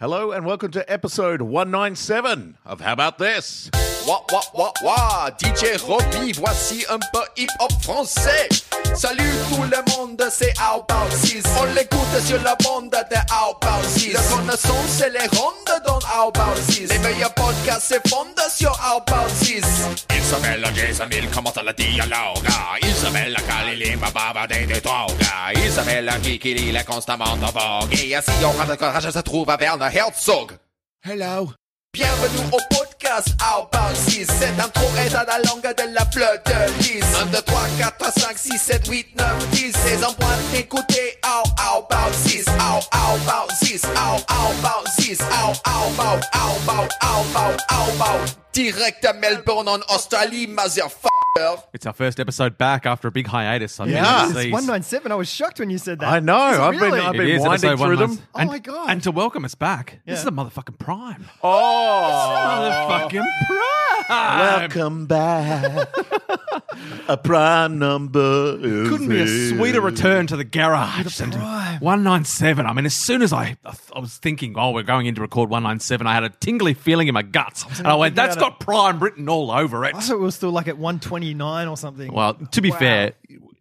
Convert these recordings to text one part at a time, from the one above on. Hello and welcome to episode 197 of How About This? Wah, wah, wah, wah, DJ Robbie, voici un peu hip-hop français. Salut tout le monde, c'est How About This. On l'écoute sur la bande de How About This. La connaissance, c'est les rondes dans How About This. Les meilleurs podcasts se fondent sur How About This. Il s'appelle Jason, il commence à la dialogue. Il s'appelle Khalil, il va bavarder des drogues. Il s'appelle Kiki, il est constamment en vogue. Et ainsi, on rend le courage, se trouve à Werner Herzog. Hello. Bienvenue au podcast How About This. Cette intro est dans la langue de la fleur de lys. 1, 2, 3, 4, 3, 5, 6, 7, 8, 9, 10. C'est en point d'écouter How How About This. How How About This. How How About This. How How About How About How About How About. Direct à Melbourne en Australie, motherfucker. It's our first episode back after a big hiatus. Yeah. I mean, It's overseas. One nine seven. I was shocked when you said that. I know. Is it I've been, really? I've It been is winding episode one through them. month. Oh and, my God. And to welcome us back, this Yeah. is the motherfucking prime. Oh, Motherfucking prime. welcome back. a prime number. is Couldn't be a in. sweeter return to the garage than to 197. I mean, as soon as I, I was thinking, oh, we're going in to record 197, I had a tingly feeling in my guts. And I went, that's got prime written all over it. I thought we were still like at one twenty nine or something. Well, to be fair,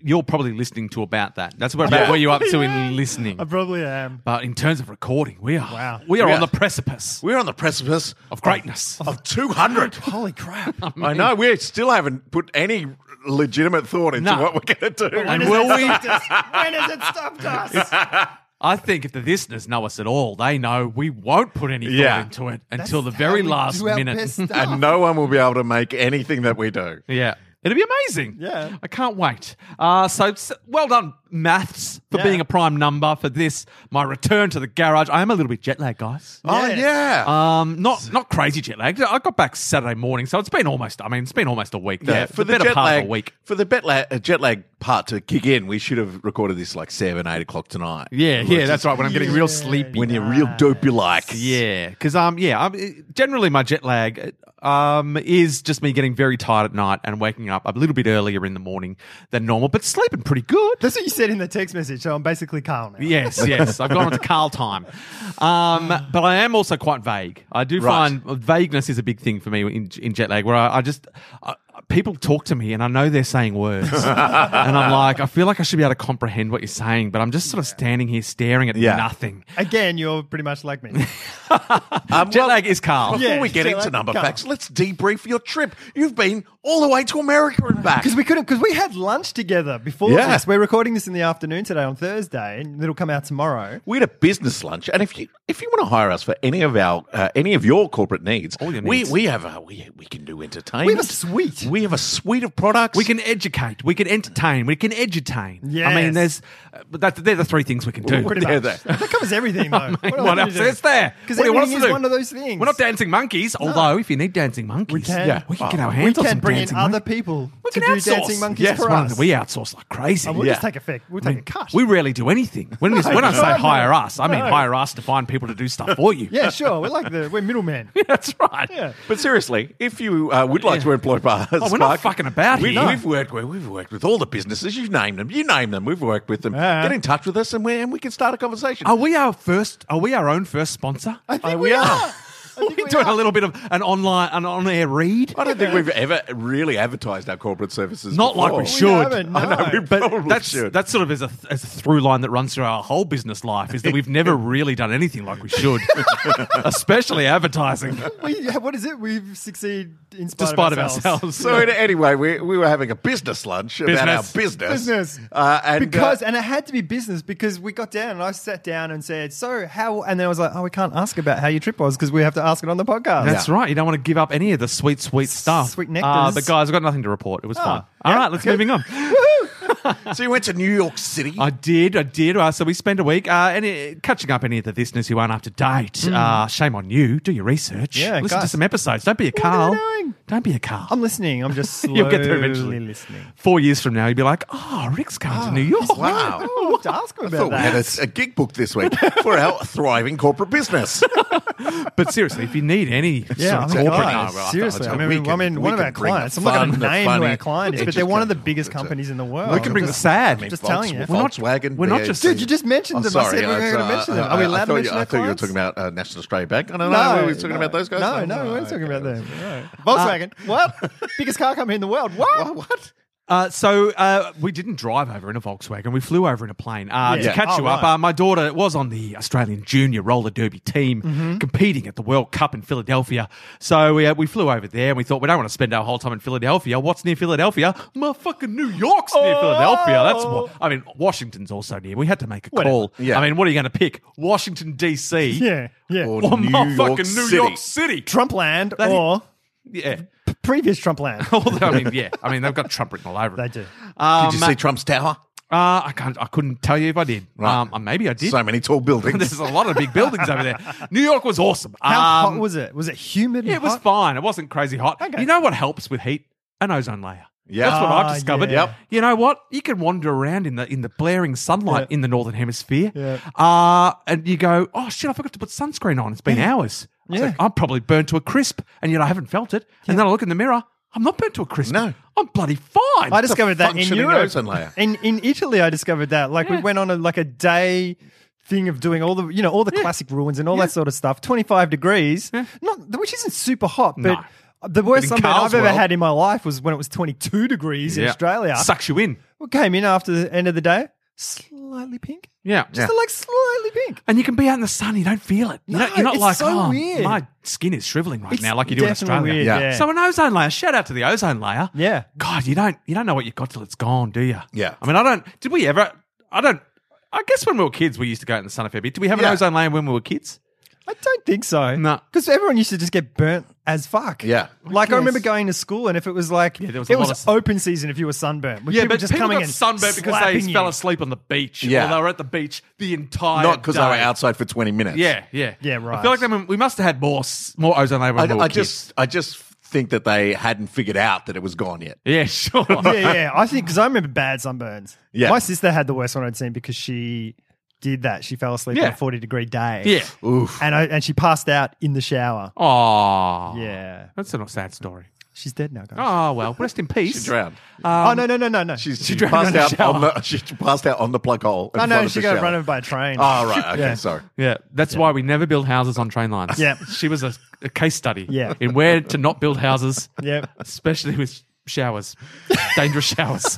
you're probably listening to about that. That's about where you're up to in listening. I probably am. But in terms of recording, we are Wow. we are Yeah. on the precipice We're on the precipice of greatness. of 200. Holy crap! I know. We still haven't put any legitimate thought into No. what we're going to do. And When has will it we- stopped us? When has it stopped us? I think if the listeners know us at all, they know we won't put any thought Yeah. into it That's until the how very we last do our minute. best stuff. and no one will be able to make anything that we do. yeah. It'll be amazing. Yeah. I can't wait. Uh, so, s- well done, maths, for Yeah. being a prime number for this, my return to the garage. I am a little bit jet lagged, guys. Oh, Yes. yeah. Um, not not crazy jet lagged. I got back Saturday morning, so it's been almost. I mean, it's been almost a week. Yeah, for the, better part of a week. For the bet la- uh, jet lag part to kick in, we should have recorded this like seven, eight o'clock tonight. Yeah, yeah, that's right. When I'm getting real sleepy. When you're real dopey like. Yeah, because um, yeah, I'm, it- generally my jet lag uh, um is just me getting very tired at night and waking up a little bit earlier in the morning than normal, but sleeping pretty good. That's what you said in the text message. So I'm basically Carl now. Yes, yes, I've gone on to Carl time, um, but I am also quite vague. I do Right. find vagueness is a big thing for me in, in jet lag, where I, I just I, people talk to me and I know they're saying words, and I'm like, I feel like I should be able to comprehend what you're saying, but I'm just sort of standing here staring at Yeah. nothing. Again, you're pretty much like me. Um, Jet well, lag is Carl. Before Yeah, we get jet into lag, number come facts, let's debrief your trip. You've been all the way to America and back. Because we couldn't, because we had lunch together before Yeah. this. We're recording this in the afternoon today on Thursday, and it'll come out tomorrow. We had a business lunch, and if you if you want to hire us for any of our uh, any of your corporate needs, All your needs. we we have a, we we can do entertainment. We have a suite. We have a suite of products. We can educate. We can entertain. We can edutain. I mean, Yes. there's, uh, but that, they're the three things we can do. Pretty Yeah, much. that- That covers everything, though. What, are we gonna else do? is there? 'Cause What do you want us everything to is do? one of those things. We're not dancing monkeys, although if you need dancing monkeys, can. yeah, we can get our We hands on can some bring in dancing other monkeys. people We to can do outsource. dancing monkeys yes, for one of us. the- we outsource like crazy. And we'll Yeah. just take a fake. We'll I take mean, a cut. we rarely do anything. When, we, when I say no. hire us, I mean No. hire us to find people to do stuff for you. yeah, sure. We're like the we're middlemen. that's right. Yeah. But seriously, if you uh, would like to employ Bars, Oh, we're not fucking about we, here. We've worked with we've worked with all the businesses. You've named them. You name them. We've worked with them. Yeah. Get in touch with us, and we and we can start a conversation. Are we our first? Are we our own first sponsor? Uh, we are. We're doing a little bit of an online, an on-air read. I don't think we've ever really advertised our corporate services. Not like before. we should. haven't, I know, no. we probably that's should. that sort of is a, is a through line that runs through our whole business life is that we've never really done anything like we should, especially advertising. We, what is it? We've succeeded in spite, Despite of of ourselves. ourselves, so in- anyway, we, we were having a business lunch about our Business. business. Business. Uh, and, uh, Because and it had to be business because we got down and I sat down and said, "So how?" And then I was like, "Oh, we can't ask about how your trip was because we have to ask it on the podcast." that's right. You don't want to give up any of the sweet, sweet stuff. Sweet Uh, nectars. but guys, I've got nothing to report. It was fun. All yeah, right, let's good. moving on. so you went to New York City. I did, I did. Uh, so we spent a week uh, and uh, catching up any of the listeners who aren't up to date. Uh, shame on you. Do your research. Yeah, listen to guys. some episodes. Don't be a What are Carl. we doing? Don't be a Carl. I'm listening. I'm just slowly You'll get there eventually. listening. Ah, Four years from now, you'd be like, "Oh, Rick's coming to New York." wow. Oh, I have to ask him I thought about we had that. a, a gig booked this week for our thriving corporate business. But seriously, if you need any Yeah, sort I of mean, corporate, guys, No, well, I seriously. thought- I mean, we I can- mean, one we of our can bring the clients. I'm not going fun, to the name who funny, our client is, but they're one of the biggest educational- companies in the world. well. We can bring Just- the sad. I mean, Just Volks- telling you. We're not- Volkswagen. we're not BAC. just- Dude, you just mentioned I'm them. I sorry. uh, said we were I- going to I- mention them. I- Are we I allowed thought to you- mention I their thought you were clients? talking about uh, National Australia Bank. I don't know. No, We were talking no. about those guys. No, no, we weren't talking about them. No. Volkswagen. what? Uh, Biggest car company in the world. What? What? what? Uh, so uh, we didn't drive over in a Volkswagen. We flew over in a plane. Uh, Yeah. To catch Oh, you up, right. uh, my daughter was on the Australian Junior Roller Derby team competing at the World Cup in Philadelphia. So we, uh, we flew over there and we thought we don't want to spend our whole time in Philadelphia. What's near Philadelphia? Motherfucking New York's near Oh. Philadelphia. That's what I mean. Washington's also near. We had to make a Whatever. call. Yeah. I mean, what are you going to pick? Washington D.C. Yeah, yeah. Or- Or or New motherfucking York New City. York City. Trump land That- or Yeah. previous Trump land. Although, I mean, yeah. I mean, they've got Trump written all over. they it. Um, do. Did you see Trump's tower? Uh, I can't. I couldn't tell you if I did. Right. Um, uh, maybe I did. So many tall There's buildings. a lot of big buildings over there. New York was awesome. How Um, hot was it? Was it humid? and It was hot? fine. It wasn't crazy hot. Okay. You know what helps with heat? An ozone layer. Yeah. That's what Ah, I've discovered. yeah. Yep. You know what? You can wander around in the in the blaring sunlight in the northern hemisphere. Yeah. Uh, and you go, oh shit, I forgot to put sunscreen on. It's been hours. It's Yeah. like, I'm probably burnt to a crisp, and yet I haven't felt it. And then I look in the mirror. I'm not burnt to a crisp. No. I'm bloody fine. I discovered that in functioning Europe. ozone layer. In in Italy, I discovered that. Like we Yeah. went on a, like a day thing of doing all the you know all the classic ruins and all that sort of stuff. Twenty five degrees, not which isn't super hot, but. No. The worst But in sunburn I've Carl's ever world- had in my life was when it was 22 degrees in Yeah. Australia. Sucks you in. We came in after the end of the day, slightly pink. Yeah. Just like slightly pink. And you can be out in the sun, you don't feel it. You No, don't, you're not it's like, so oh, weird." my skin is shriveling right It's now, like you do in definitely Australia. weird, Yeah. yeah. So an ozone layer. Shout out to the ozone layer. Yeah. God, you don't you don't know what you got till it's gone, do you? Yeah. I mean, I don't. Did we ever? I don't. I guess when we were kids, we used to go out in the sun a fair bit. Did we have Yeah. an ozone layer when we were kids? I don't think so. No. Because everyone used to just get burnt as fuck. Yeah. Like I Yes. remember going to school and if it was like Yeah, there was a it lot was of- open season if you were sunburnt. with people just coming got in sunburned because they slapping you. fell asleep on the beach. Yeah. Or they were at the beach the entire Not because they were day. outside for 20 minutes. Yeah, yeah, Yeah, I right. feel like then we must have had more s- more ozone layer when I, we were I kids. just, I just think that they hadn't figured out that it was gone yet. yeah, sure. yeah, yeah. I think because I remember bad sunburns. Yeah. My sister had the worst one I'd seen because she did that. She fell asleep on Yeah. a forty degree day. Yeah. Oof. And I and she passed out in the shower. Aw. Yeah. That's a sad story. She's dead now, guys. Oh well, rest in peace. She drowned. oh no, no, no, no, no. She's, she, drowned passed in the out shower. on the, she passed out on the plug hole. in I front know of she the got shower. run over by a train. Oh, right. Okay. Yeah. Sorry. Yeah, that's why we never build houses on train lines. Yeah. she was a, a case study. Yeah. in where to not build houses. Yeah. especially with showers, dangerous showers.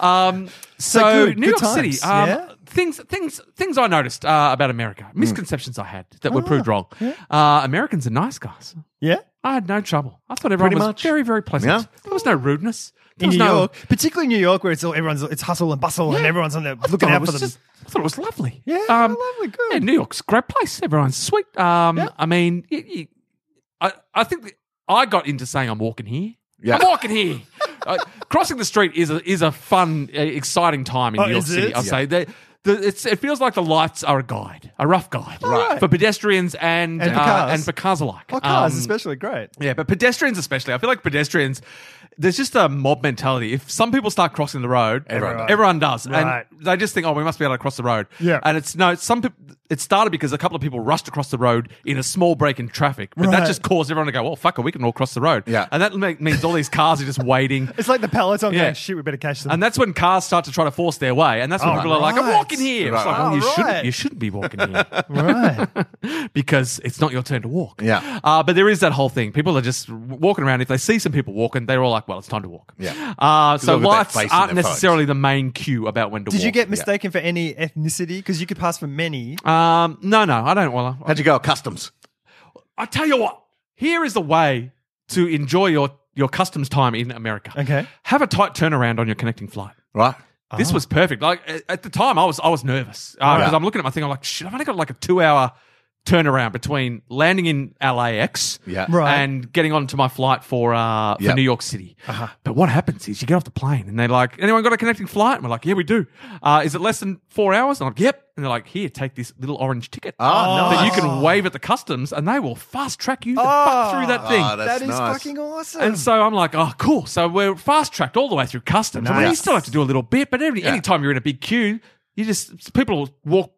Um, so, good- New good York City. times, Um, yeah? Hmm. Things, things, things I noticed uh, about America. Misconceptions I had that were Ah, proved wrong. Uh, Americans are nice guys. Yeah. I had no trouble. I thought everyone Pretty was much. very, very pleasant. Yeah. There was no rudeness. There In was New no, York, particularly New York, where it's all everyone's it's hustle and bustle and Yeah. everyone's on there I looking thought it out for was them. just- I thought it was lovely. Um, Yeah, lovely, good. Yeah, New York's a great place. Everyone's sweet. Um, Yeah. I mean, y y I I I, think that I got into saying I'm walking here. Yeah. I'm walking here. Uh, crossing the street is a, is a fun, uh, exciting time in Oh, New York is City. it? I'll Yeah. say that. The, it's, it feels like the lights are a guide, a rough guide, Right. for pedestrians and And for uh, cars. and for cars alike. Oh, cars Um, especially great. yeah, but pedestrians especially. I feel like pedestrians, there's just a mob mentality. If some people start crossing the road, Everyone does. everyone does, Right. and they just think, oh, we must be able to cross the road. Yeah. and it's no. It's some people. It started because a couple of people rushed across the road in a small break in traffic, but Right. that just caused everyone to go, well, fuck it, we can all cross the road. Yeah. and that ma- means all these cars are just waiting. It's like the Peloton Yeah. going, shit, we better catch them. And that's when cars start to try to force their way, and that's when Oh, people are like, "I'm right. walking here." It's Right, like, right. well, you Oh, right. shouldn't, you shouldn't be walking here right. because it's not your turn to walk. Yeah. Uh, but there is that whole thing. People are just walking around. If they see some people walking, they're all like, well, it's time to walk. Yeah. Uh, so they've got that lights face in aren't their phones. necessarily the main cue about when to walk. Did you get mistaken for any ethnicity? Because you could pass for many. Um, no, no, I don't. Well, I, How'd you go at customs? I tell you what, here is the way to enjoy your, your customs time in America. Okay. Have a tight turnaround on your connecting flight. Right. This Oh. was perfect. Like a- at the time, I was I was nervous because I'm looking at my thing. I'm like, shit, I've only got like a two hour turnaround between landing in LAX, Yeah. Right. and getting onto my flight for uh, for Yeah. Uh-huh. New York City. But what happens is you get off the plane and they're like, anyone got a connecting flight? And we're like, yeah, we do. Uh, is it less than four hours? And I'm like, yep. And they're like, here, take this little orange ticket Oh, that nice. you can wave at the customs, and they will fast track you the Oh. fuck through that thing. Oh, That is nice. fucking awesome. And so I'm like, oh, cool. So we're fast tracked all the way through customs. I mean, you Nice. still have to do a little bit, but every Yeah. anytime you're in a big queue, you just people walk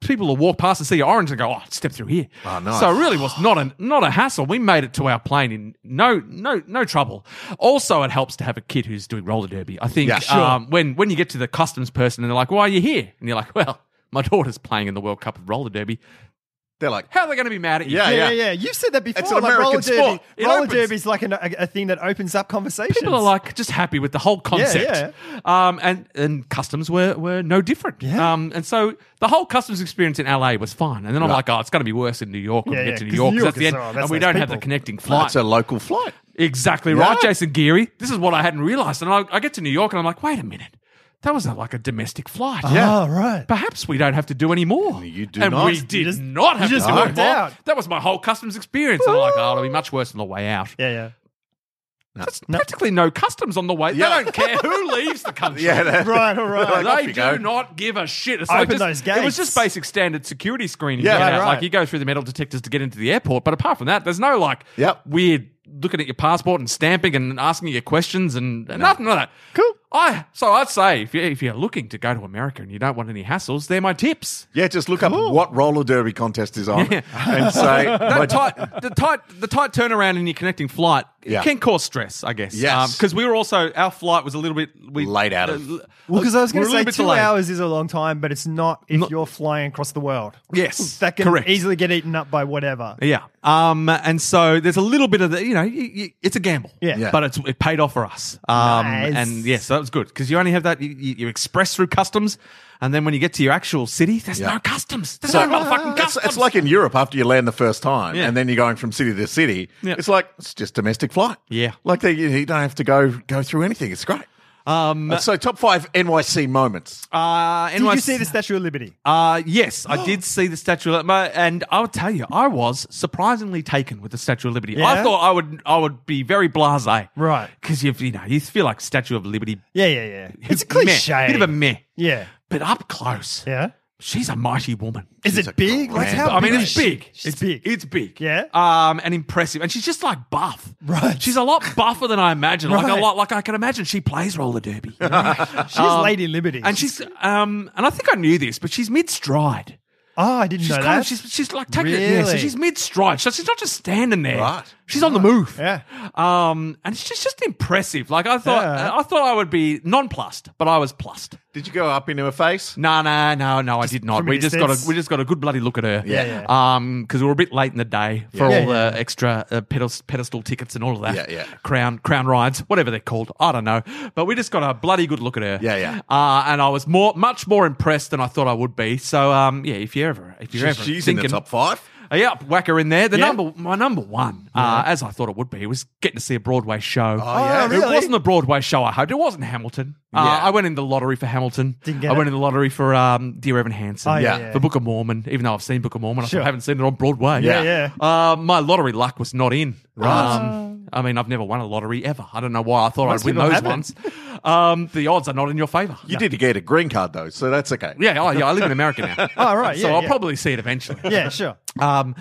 people will walk past and see your orange and go, "Oh, step through here." Oh, nice. So it really was not a not a hassle. We made it to our plane in no no no trouble. Also, it helps to have a kid who's doing roller derby. I think Yeah, sure. um, when when you get to the customs person and they're like, "Why are you here?" and you're like, "Well, my daughter's playing in the World Cup of roller derby." They're like, How are they going to be mad at you? Yeah, Yeah, yeah, yeah. You've said that before. an like American roller sport. derby. It roller opens. derby is like an, a, a thing that opens up conversations. People are like just happy with the whole concept, Um, and and customs were were no different. Yeah. Um, and so the whole customs experience in LA was fine. And then I'm like, oh, it's going to be worse in New York when Yeah, we yeah, get to New 'cause York New 'cause York that's the is- end, oh, that's and we those don't have the people. connecting flight. that's a local flight. Exactly Yeah. right, Jason Geary. This is what I hadn't realized. And I, I get to New York and I'm like, wait a minute. That was a, like a domestic flight. Yeah. Oh, right. Perhaps we don't have to do any more. You do and not. we You did just- not have you to just do walked any more. out. That was my whole customs experience. And I'm like, oh, it'll be much worse on the way out. yeah, yeah. There's practically no customs on the way. Yeah. They don't care who leaves the country. Yeah, that- Right, all right. Like, off they you do go. not give a shit. It's Open just- those It was gates. just basic standard security screening. Yeah, you right, know, right. Like you go through the metal detectors to get into the airport, but apart from that, there's no like Yep. weird looking at your passport and stamping and asking you questions and, and nothing like that. Cool. I so I'd say if you if you're looking to go to America and you don't want any hassles, they're my tips. Yeah, just look up what roller derby contest is on and say, That tight, the tight, the tight turnaround in your connecting flight Yeah. can cause stress, I guess. Yes. because we were also our flight was a little bit we Late out of- Well, because I was going we're to a little say bit two delayed. hours is a long time, but it's not if you're flying across the world. Yes, That can correct. easily get eaten up by whatever. Yeah. Um, and so there's a little bit of the, you know, you, you, it's a gamble. Yeah. Yeah. But it's, it paid off for us. Um, Nice. and yeah, so that was good because you only have that, you, you, you express through customs. And then when you get to your actual city, there's Yeah. no customs. There's So- no motherfucking it's, customs. it's like in Europe after you land the first time, Yeah. and then you're going from city to city. Yeah. It's like it's just domestic flight. Yeah. like they, you you don't have to go go through anything. It's great. Um, so top five NYC moments. uh, Did NYC you see the Statue of Liberty? Uh, yes, I did see the Statue of Liberty, and I'll tell you, I was surprisingly taken with the Statue of Liberty. I Yeah? thought I would, I would be very blasé, Right. Because you, you know, you feel like Statue of Liberty. Yeah, yeah, yeah. It's a meh, cliche. bit of a meh. yeah, But up close, yeah. she's a mighty woman. Is She's a it big? Like grand- how I mean, big it's is she? big. She's it's big. It's big. Yeah? Um, and impressive. And she's just like buff. Right. She's a lot buffer than I imagine. Like a Right. lot. Like I can imagine she plays roller derby. she's Lady Liberty. and she's um, and I think I knew this, but she's mid stride. oh, I didn't She's know kind that. of she's she's like taking it. Yeah, so Really? she's mid stride. So she's not just standing there. Right. She's on the move. Yeah. Um, and it's just, just impressive. Like I thought, Yeah. I thought I would be nonplussed, but I was plussed. Did you go up into her face? No, no, no, no. I did not. from a We just got a distance. we just got a good bloody look at her. Yeah. Yeah, Um, because we were a bit late in the day for Yeah. all Yeah, the extra uh, pedestal, pedestal tickets and all of that. Yeah, yeah. Crown crown rides, whatever they're called. I don't know, but we just got a bloody good look at her. Yeah, yeah. Uh, and I was more much more impressed than I thought I would be. So um, yeah. If you're ever if you're She's, ever she's in thinking, the top five. uh, yep, whack her in there. The Yeah. number my number one, uh, as I thought it would be, was getting to see a Broadway show. Oh, yeah. Oh, really? It wasn't a Broadway show. I hoped it wasn't Hamilton. Uh, Yeah. I went in the lottery for Hamilton. Didn't get I went it. in the lottery for um, Dear Evan Hansen. Oh, yeah, yeah. For Book of Mormon, even though I've seen Book of Mormon, I still Sure. haven't seen it on Broadway. Yeah, yeah. Uh, my lottery luck was not in. Right. Um, I mean, I've never won a lottery ever. I don't know why. I thought Most I'd win people those haven't. ones. Um, the odds are not in your favour. You did get a green card though, so that's okay. Yeah, oh, yeah, I live in America now. Oh, right, so yeah, I'll yeah. probably see it eventually. yeah, sure. Um,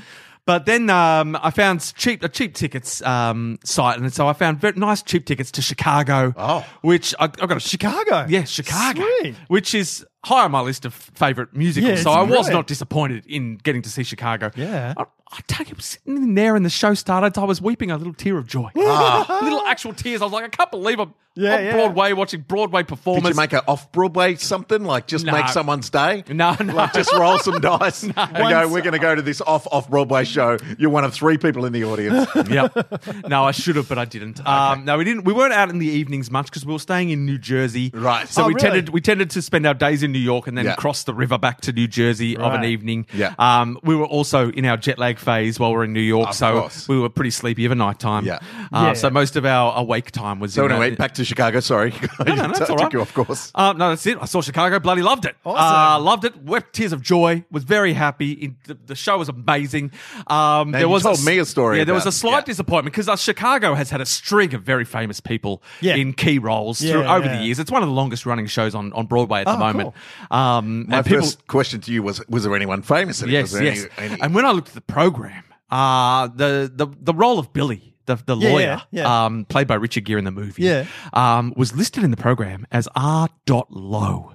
but then um, I found cheap a cheap tickets um, site, and so I found very nice cheap tickets to Chicago. Oh. which I, I got a Chicago. yeah, Chicago, Sweet. which is high on my list of favorite musicals. Yeah, so I was right. not disappointed in getting to see Chicago. Yeah. I, I tell you, sitting in there and the show started, I was weeping a little tear of joy, little actual tears. I was like, I can't believe I'm Ah. Yeah, on yeah. Broadway watching Broadway Did performers. you make an off Broadway something like just No. make someone's day? No, no. Like just roll some dice and go. Once- We're going to go to this off off Broadway show. You're one of three people in the audience. yep. No, I should have, but I didn't. Um, no, we didn't. We weren't out in the evenings much because we were staying in New Jersey. Right. So Oh, we really? tended we tended to spend our days in New York and then Yeah. cross the river back to New Jersey of an Right. evening. Yeah. Um, we were also in our jet lag phase while we were in New York, Of so course. we were pretty sleepy of a night time. Yeah. Uh, Yeah. So most of our awake time was. So in anyway, that- back to Chicago. Sorry, no, no, that's all right. took you off course. Uh, no, that's it. I saw Chicago. Bloody loved it. Awesome. Uh, loved it. Wept tears of joy. Was very happy. In, the, the show was amazing. Um, there you was told s- me a story Yeah, there was about- a slight yeah. disappointment because uh, Chicago has had a string of very famous people Yeah. in key roles Yeah, through, over yeah. the years. It's one of the longest running shows on, on Broadway at the Oh, moment. Um, Ah, My and people, first question to you was: Was there anyone famous? In it? Was yes, there yes. Any, any, And when I looked at the program, uh, the, the the role of Billy, the the Yeah, lawyer, yeah, yeah. Um, played by Richard Gere in the movie, Yeah. um, was listed in the program as R. Dot Low.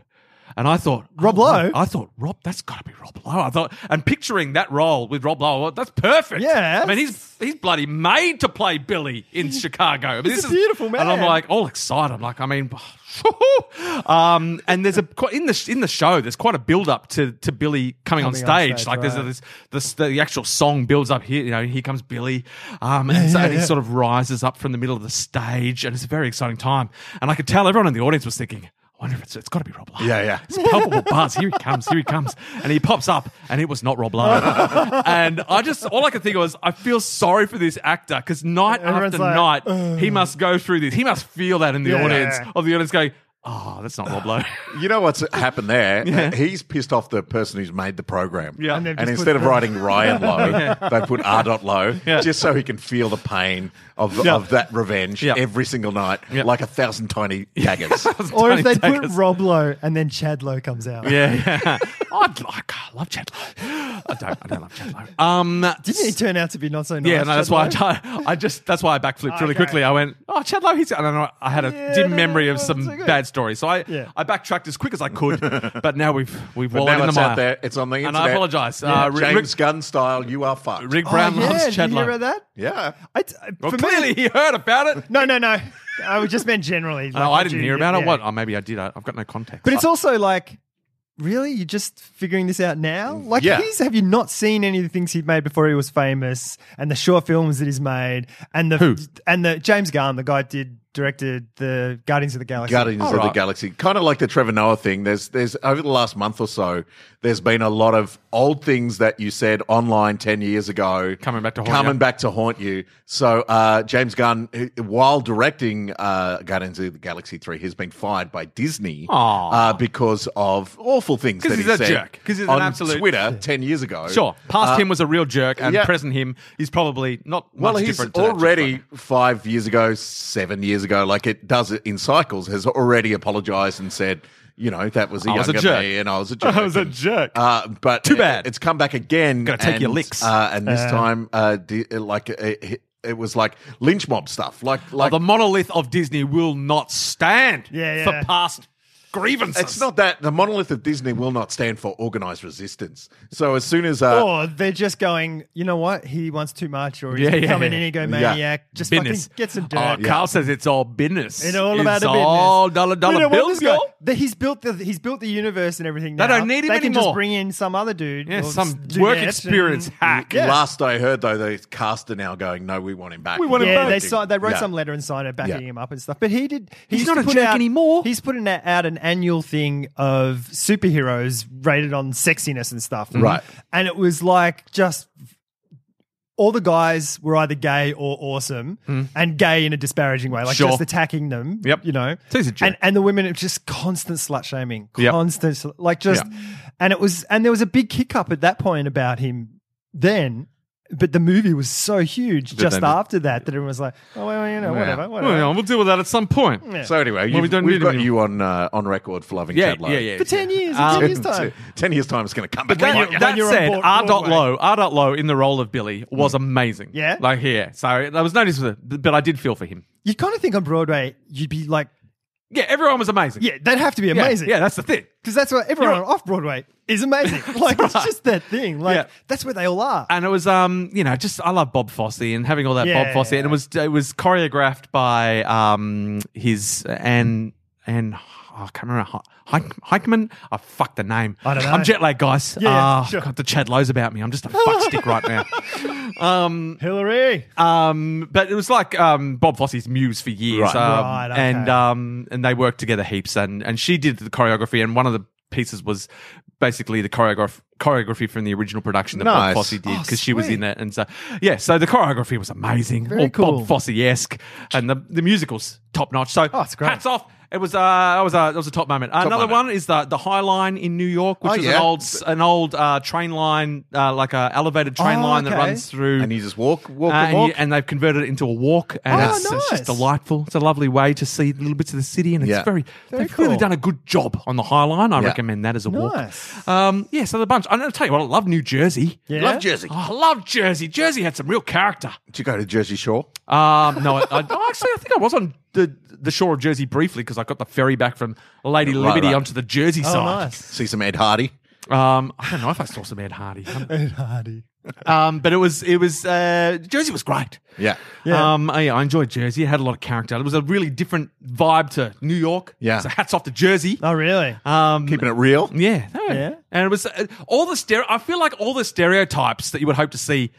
And I thought Rob oh, Lowe? I thought Rob, that's got to be Rob Lowe. I thought, and picturing that role with Rob Lowe, well, that's perfect. Yes. I mean, he's he's bloody made to play Billy in Chicago. I mean, He's a beautiful And I'm man. like all excited. I'm like, I mean, um, and there's a quite in the in the show. There's quite a build up to to Billy coming, on, Coming on stage. stage, Like there's a, right. this this the actual song builds up here. You know, here comes Billy, um, and, so, and he sort of rises up from the middle of the stage, and it's a very exciting time. And I could tell everyone in the audience was thinking. I wonder if it's, it's got to be Rob Lowe. Yeah, yeah. It's palpable buzz. Here he comes. Here he comes. And he pops up, and it was not Rob Lowe. and I just, all I could think was, I feel sorry for this actor because night Everyone's after like, night, he must go through this. He must feel that in the Yeah. audience of the audience going, oh, that's not Rob Lowe. You know what's happened there? He's pissed off the person who's made the program. Yeah. And they've And just instead put- of writing Ryan Lowe, they put R. Dot Lowe just so he can feel the pain of, Yeah. of that revenge Yeah. every single night, Yeah. like a thousand tiny daggers. Or if Tony they put Daggers. Rob Lowe and then Chad Lowe comes out. Yeah, yeah. I'd like, I love Chad Lowe. I don't, I don't love Chad Lowe. Um, Didn't he turn out to be not so nice? yeah, no, that's Chad why I, Lowe? di- I just that's why I backflipped really Okay. quickly. I went, oh, Chad Lowe, he's. I don't know. I had a Yeah, dim no, memory no, of no, some it's okay. bad stories, so I Yeah. I backtracked as quick as I could. but now we've we've But wallowed now in the it's mire. out there. It's on the And I internet. apologise. Yeah. Uh, Rick- James Gunn style, you are fucked. Rig Oh, Brown yeah, loves Chad Did you hear Lowe. about that? yeah. I t- I- Well, for clearly me, he heard about it. no, no, no. I was just meant generally. No, I didn't hear about it. Yeah. What? Oh, maybe I did. I, I've got no context. But it's also like, really, you're just figuring this out now? Like, Yeah. he's have you not seen any of the things he made before he was famous, and the short films that he's made, and the Who? and the James Gunn, the guy did directed the Guardians of the Galaxy. Guardians All of the right. Galaxy, kind of like the Trevor Noah thing. There's, there's over the last month or so, there's been a lot of old things that you said online ten years ago Coming back to haunt coming you. back to haunt you. So uh, James Gunn, who- while directing uh, Guardians of the Galaxy three, has been fired by Disney Aw. uh, because of awful things 'Cause that he's he a said jerk. 'Cause he's an on absolute- Twitter ten years ago. sure, past uh, him was a real jerk, and yeah. present him is probably not Well, much he's different. to that jerk, already right? five years ago, seven years ago, like it does it in cycles, has already apologized and said, you know, that was a I was younger a jerk. me and I was a jerk. I was a And, jerk. Uh, but Too bad. it's come back again. Gotta take and, your licks. Uh, and this time, uh, di- like it, it was like lynch mob stuff. Like, like Oh, the monolith of Disney will not stand Yeah, yeah. for past grievances. it's not that the monolith of Disney will not stand for organized resistance. So as soon as Oh, uh, Or Oh, they're just going, you know what? He wants too much, or he's Yeah, yeah, becoming yeah. an egomaniac. Just business. fucking get some dirt. Oh, Carl says it's all business. It's all about it's the business. all dollar We dollar don't want bills, this guy. yo. The- he's built the he's built the universe and everything. They now. don't need him They can anymore. just bring in some other dude. Yeah, or some s- work dunette and- experience hack. Yeah. last I heard though, the cast are now going, no, we want him back. We want him Yeah, back. they signed, they wrote Yeah. some letter and signed it, backing Yeah. him up and stuff. But he did. He He's used to not a put jerk out- anymore. He's putting a- out an annual thing of superheroes rated on sexiness and stuff. Mm-hmm. Right. and it was like just. All the guys were either gay or awesome, and gay in a disparaging way, like Hmm. Sure. just attacking them. Yep. you know. So he's a jerk. And and the women it was just constant slut shaming, Yep. constant sl- like just, and it was and there was a big kick up at that point about him then, but the movie was so huge they just just- after that that everyone was like, oh well, you know, Yeah. whatever, Well, whatever. yeah, we'll deal with that at some point. Yeah. So anyway, Well, we you've- don't we've need got him. you on uh, on record for loving Yeah, Chad Lowe. yeah, yeah. For ten years, in Um, ten years time. Ten years time, it's going to come back. But and bite that, you're- you. that when you're on said, board- R. Dot Broadway. Mm. Low, R. Dot Low in the role of Billy was amazing. Yeah? like here. So there was no dis- but I did feel for him. You kind of think on Broadway you'd be like, Yeah, everyone was amazing. yeah, they'd have to be Yeah, amazing. Yeah, that's the thing. because that's what everyone You're- off Broadway is amazing. like it's just that thing. Like Yeah. that's where they all are. and it was um you know just I love Bob Fosse and having all that Yeah, Bob Fosse yeah, and it was it was choreographed by um his and and oh, I can't remember He- Heikman I fucked the name I don't know. I'm jet lag guys Yeah, yeah, oh, sure. God, the Chad Lowe's about me I'm just a fuck stick right now um Hillary. um but it was like um Bob Fosse's muse for years Right. um, Right, okay. and um and they worked together heaps and and she did the choreography and one of the pieces was basically the choreograph choreography from the original production that Nice. Bob Fosse did Oh, because she was sweet. in it and so yeah so the choreography was amazing Very all cool. Bob Fosse esque and the the musicals top notch so Oh, it's great. hats off. It was uh, that was a that was a top moment. Another moment. one is the the High Line in New York, which Oh, is yeah. an old s- an old uh, train line, uh, like a elevated train Oh, line that okay. runs through. and you just walk, walk, Uh, and and, walk. you- and they've converted it into a walk, and Oh, it's, it's nice. just delightful. It's a lovely way to see little bits of the city, and it's Yeah. very, Very they've really cool. done a good job on the High Line. I Yeah. recommend that as a Nice. walk. Um, yeah, so the bunch. I'm going to tell you what, I love New Jersey. Yeah. Love Jersey. Oh, I love Jersey. Jersey had some real character. Did you go to Jersey Shore? Um, no, I, I, actually, I think I was on the the shore of Jersey briefly because I got the ferry back from Lady Right, Liberty right. onto the Jersey Oh, side. nice. See some Ed Hardy. Um, I don't know if I saw some Ed Hardy, Ed Hardy. um, but it was it was uh, Jersey was great. Yeah. Yeah. Um, I, I enjoyed Jersey. It had a lot of character. It was a really different vibe to New York. Yeah. So hats off to Jersey. Oh, really? Um, Keeping it real. yeah, no. Yeah. And it was uh, all the stereo. I feel like all the stereotypes that you would hope to see,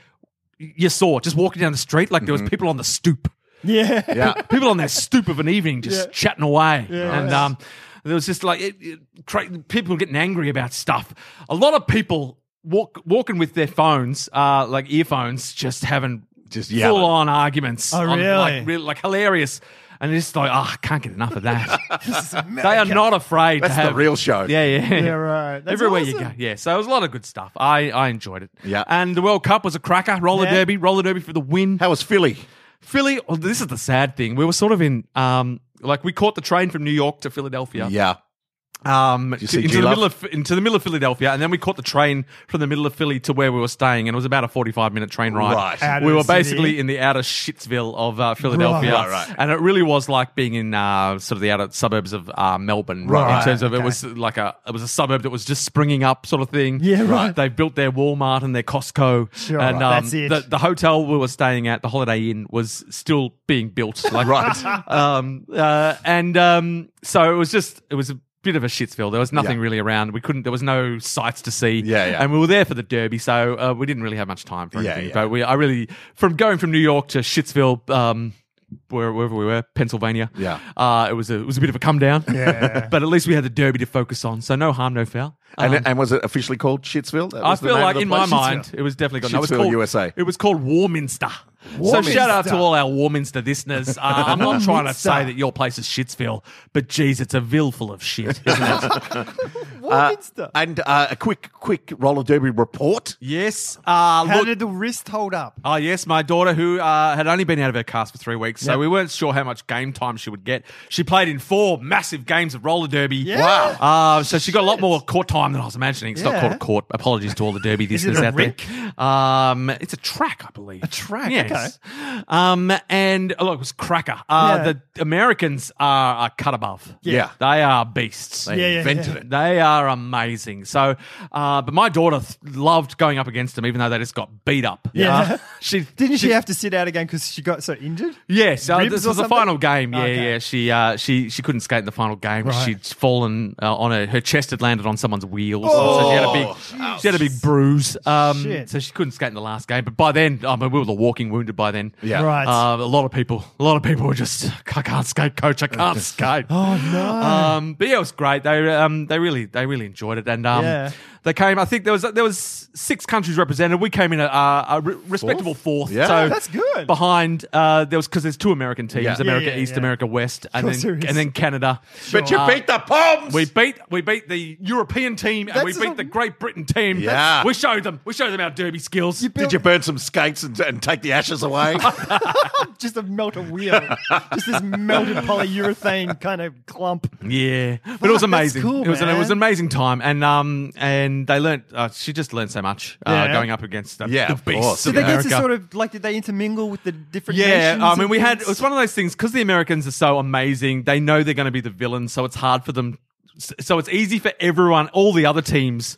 you saw just walking down the street. Like there Mm-hmm. was people on the stoop, yeah. Yeah. people on their stoop of an evening, just Yeah. chatting away, Yeah. and Nice. um, there was just like it, it, cra- people getting angry about stuff. A lot of people walk walking with their phones, uh, like earphones, just having Just yelling. full on arguments. Oh, on, really? like, really? Like hilarious. And it's like, oh, I can't get enough of that. they are not afraid That's to have the real show. yeah, yeah. Yeah, right. That's Everywhere you awesome. go. Yeah. So it was a lot of good stuff. I, I enjoyed it. Yeah. And the World Cup was a cracker. Roller Yeah. derby, roller derby for the win. How was Philly? Philly, well, this is the sad thing. We were sort of in, um, like we caught the train from New York to Philadelphia. Yeah. Um, you to- see into the G-Love? middle of into the middle of Philadelphia, and then we caught the train from the middle of Philly to where we were staying, and it was about a forty-five minute train ride. Right. Outer we were city. basically in the outer shitsville of uh, Philadelphia, Right. Right, right. and it really was like being in uh, sort of the outer suburbs of uh, Melbourne. Right, In terms of it okay. was like a it was a suburb that was just springing up, sort of thing. Yeah, right. They built their Walmart and their Costco, Sure, and um, that's it. The, the hotel we were staying at, the Holiday Inn, was still being built. Like, Right. um, uh, and um, so it was just it was a bit of a shitsville. There was nothing Yeah. really around. We couldn't. There was no sights to see. Yeah, yeah. And we were there for the derby, so uh, we didn't really have much time for Yeah, anything. yeah. But we, I really, from going from New York to Shittsville, um, where- wherever we were, Pennsylvania. Yeah. Uh, it was a it was a bit of a come down. Yeah. but at least we had the derby to focus on. So no harm, no foul. And, Um, and was it officially called Shitsville? That I was the feel name of like the in my place? mind, it was definitely got no, it was Shittsville, called USA. It was called Warminster. So Warminster. shout out to all our Warminster listeners. Uh, I'm not trying to say that your place is Shitsville, but geez, it's a ville full of shit, isn't it? Warminster. um, And uh, a quick, quick roller derby report. yes. Uh, How look. did the wrist hold up? Oh yes, my daughter who uh, had only been out of her cast for three weeks, so Yep. we weren't sure how much game time she would get. She played in four massive games of roller derby. Yeah. Wow. Uh, so she got a lot more court time than I was imagining. It's Yeah. not called a court. Apologies to all the derby it listeners a out rink? there. Um, it's a track, I believe. A track, Yes. Um, and oh, look, it was cracker. Uh, Yeah. The Americans are, are cut above. Yeah. they are beasts. They Yeah, yeah, invented yeah. it. They are amazing. So, uh, but my daughter th- loved going up against them, even though they just got beat up. Yeah. Uh, she Didn't she have to sit out again because she got so injured? Yeah, so Ribs uh, this or was the something? final game. Yeah, Okay. yeah. She uh, she she couldn't skate in the final game. Right. She'd fallen uh, on her her chest had landed on someone's wheels. so she had a big she had a big bruise. Um, Oh, Shit. so she couldn't skate in the last game. But by then, I mean, we were the walking wounded by then. Yeah. Right. Uh, a lot of people, a lot of people were just, I can't skate, coach. I can't skate. Oh no. Um, but yeah, it was great. They um, they really they really enjoyed it, and um, Yeah. they came. I think there was there was six countries represented. We came in a, a, a re- respectable fourth. Yeah. so That's good. Behind uh, there was because there's two American teams: Yeah. Yeah, America yeah, East, yeah. America West, and course then there is. and then Canada. But you Uh, beat the Poms. we beat we beat the European team and we That's beat a- the Great Britain team. Yeah. we showed them we showed them our derby skills. Did you burn some skates and, and take the ashes away? Just a melted wheel. Just this melted polyurethane kind of clump. Yeah, but it Fuck, was that's amazing. cool, it was an, it was an man. amazing time, and um and they learnt. Uh, she just learned so much uh, Yeah. going up against the, Yeah, the of beasts course. of Did they get America. to sort of like? Did they intermingle with the different? yeah, nations I and mean, we had it things? was one of those things because the Americans are so amazing. They know they're going to be the villains, so it's hard for them. So it's easy for everyone, all the other teams,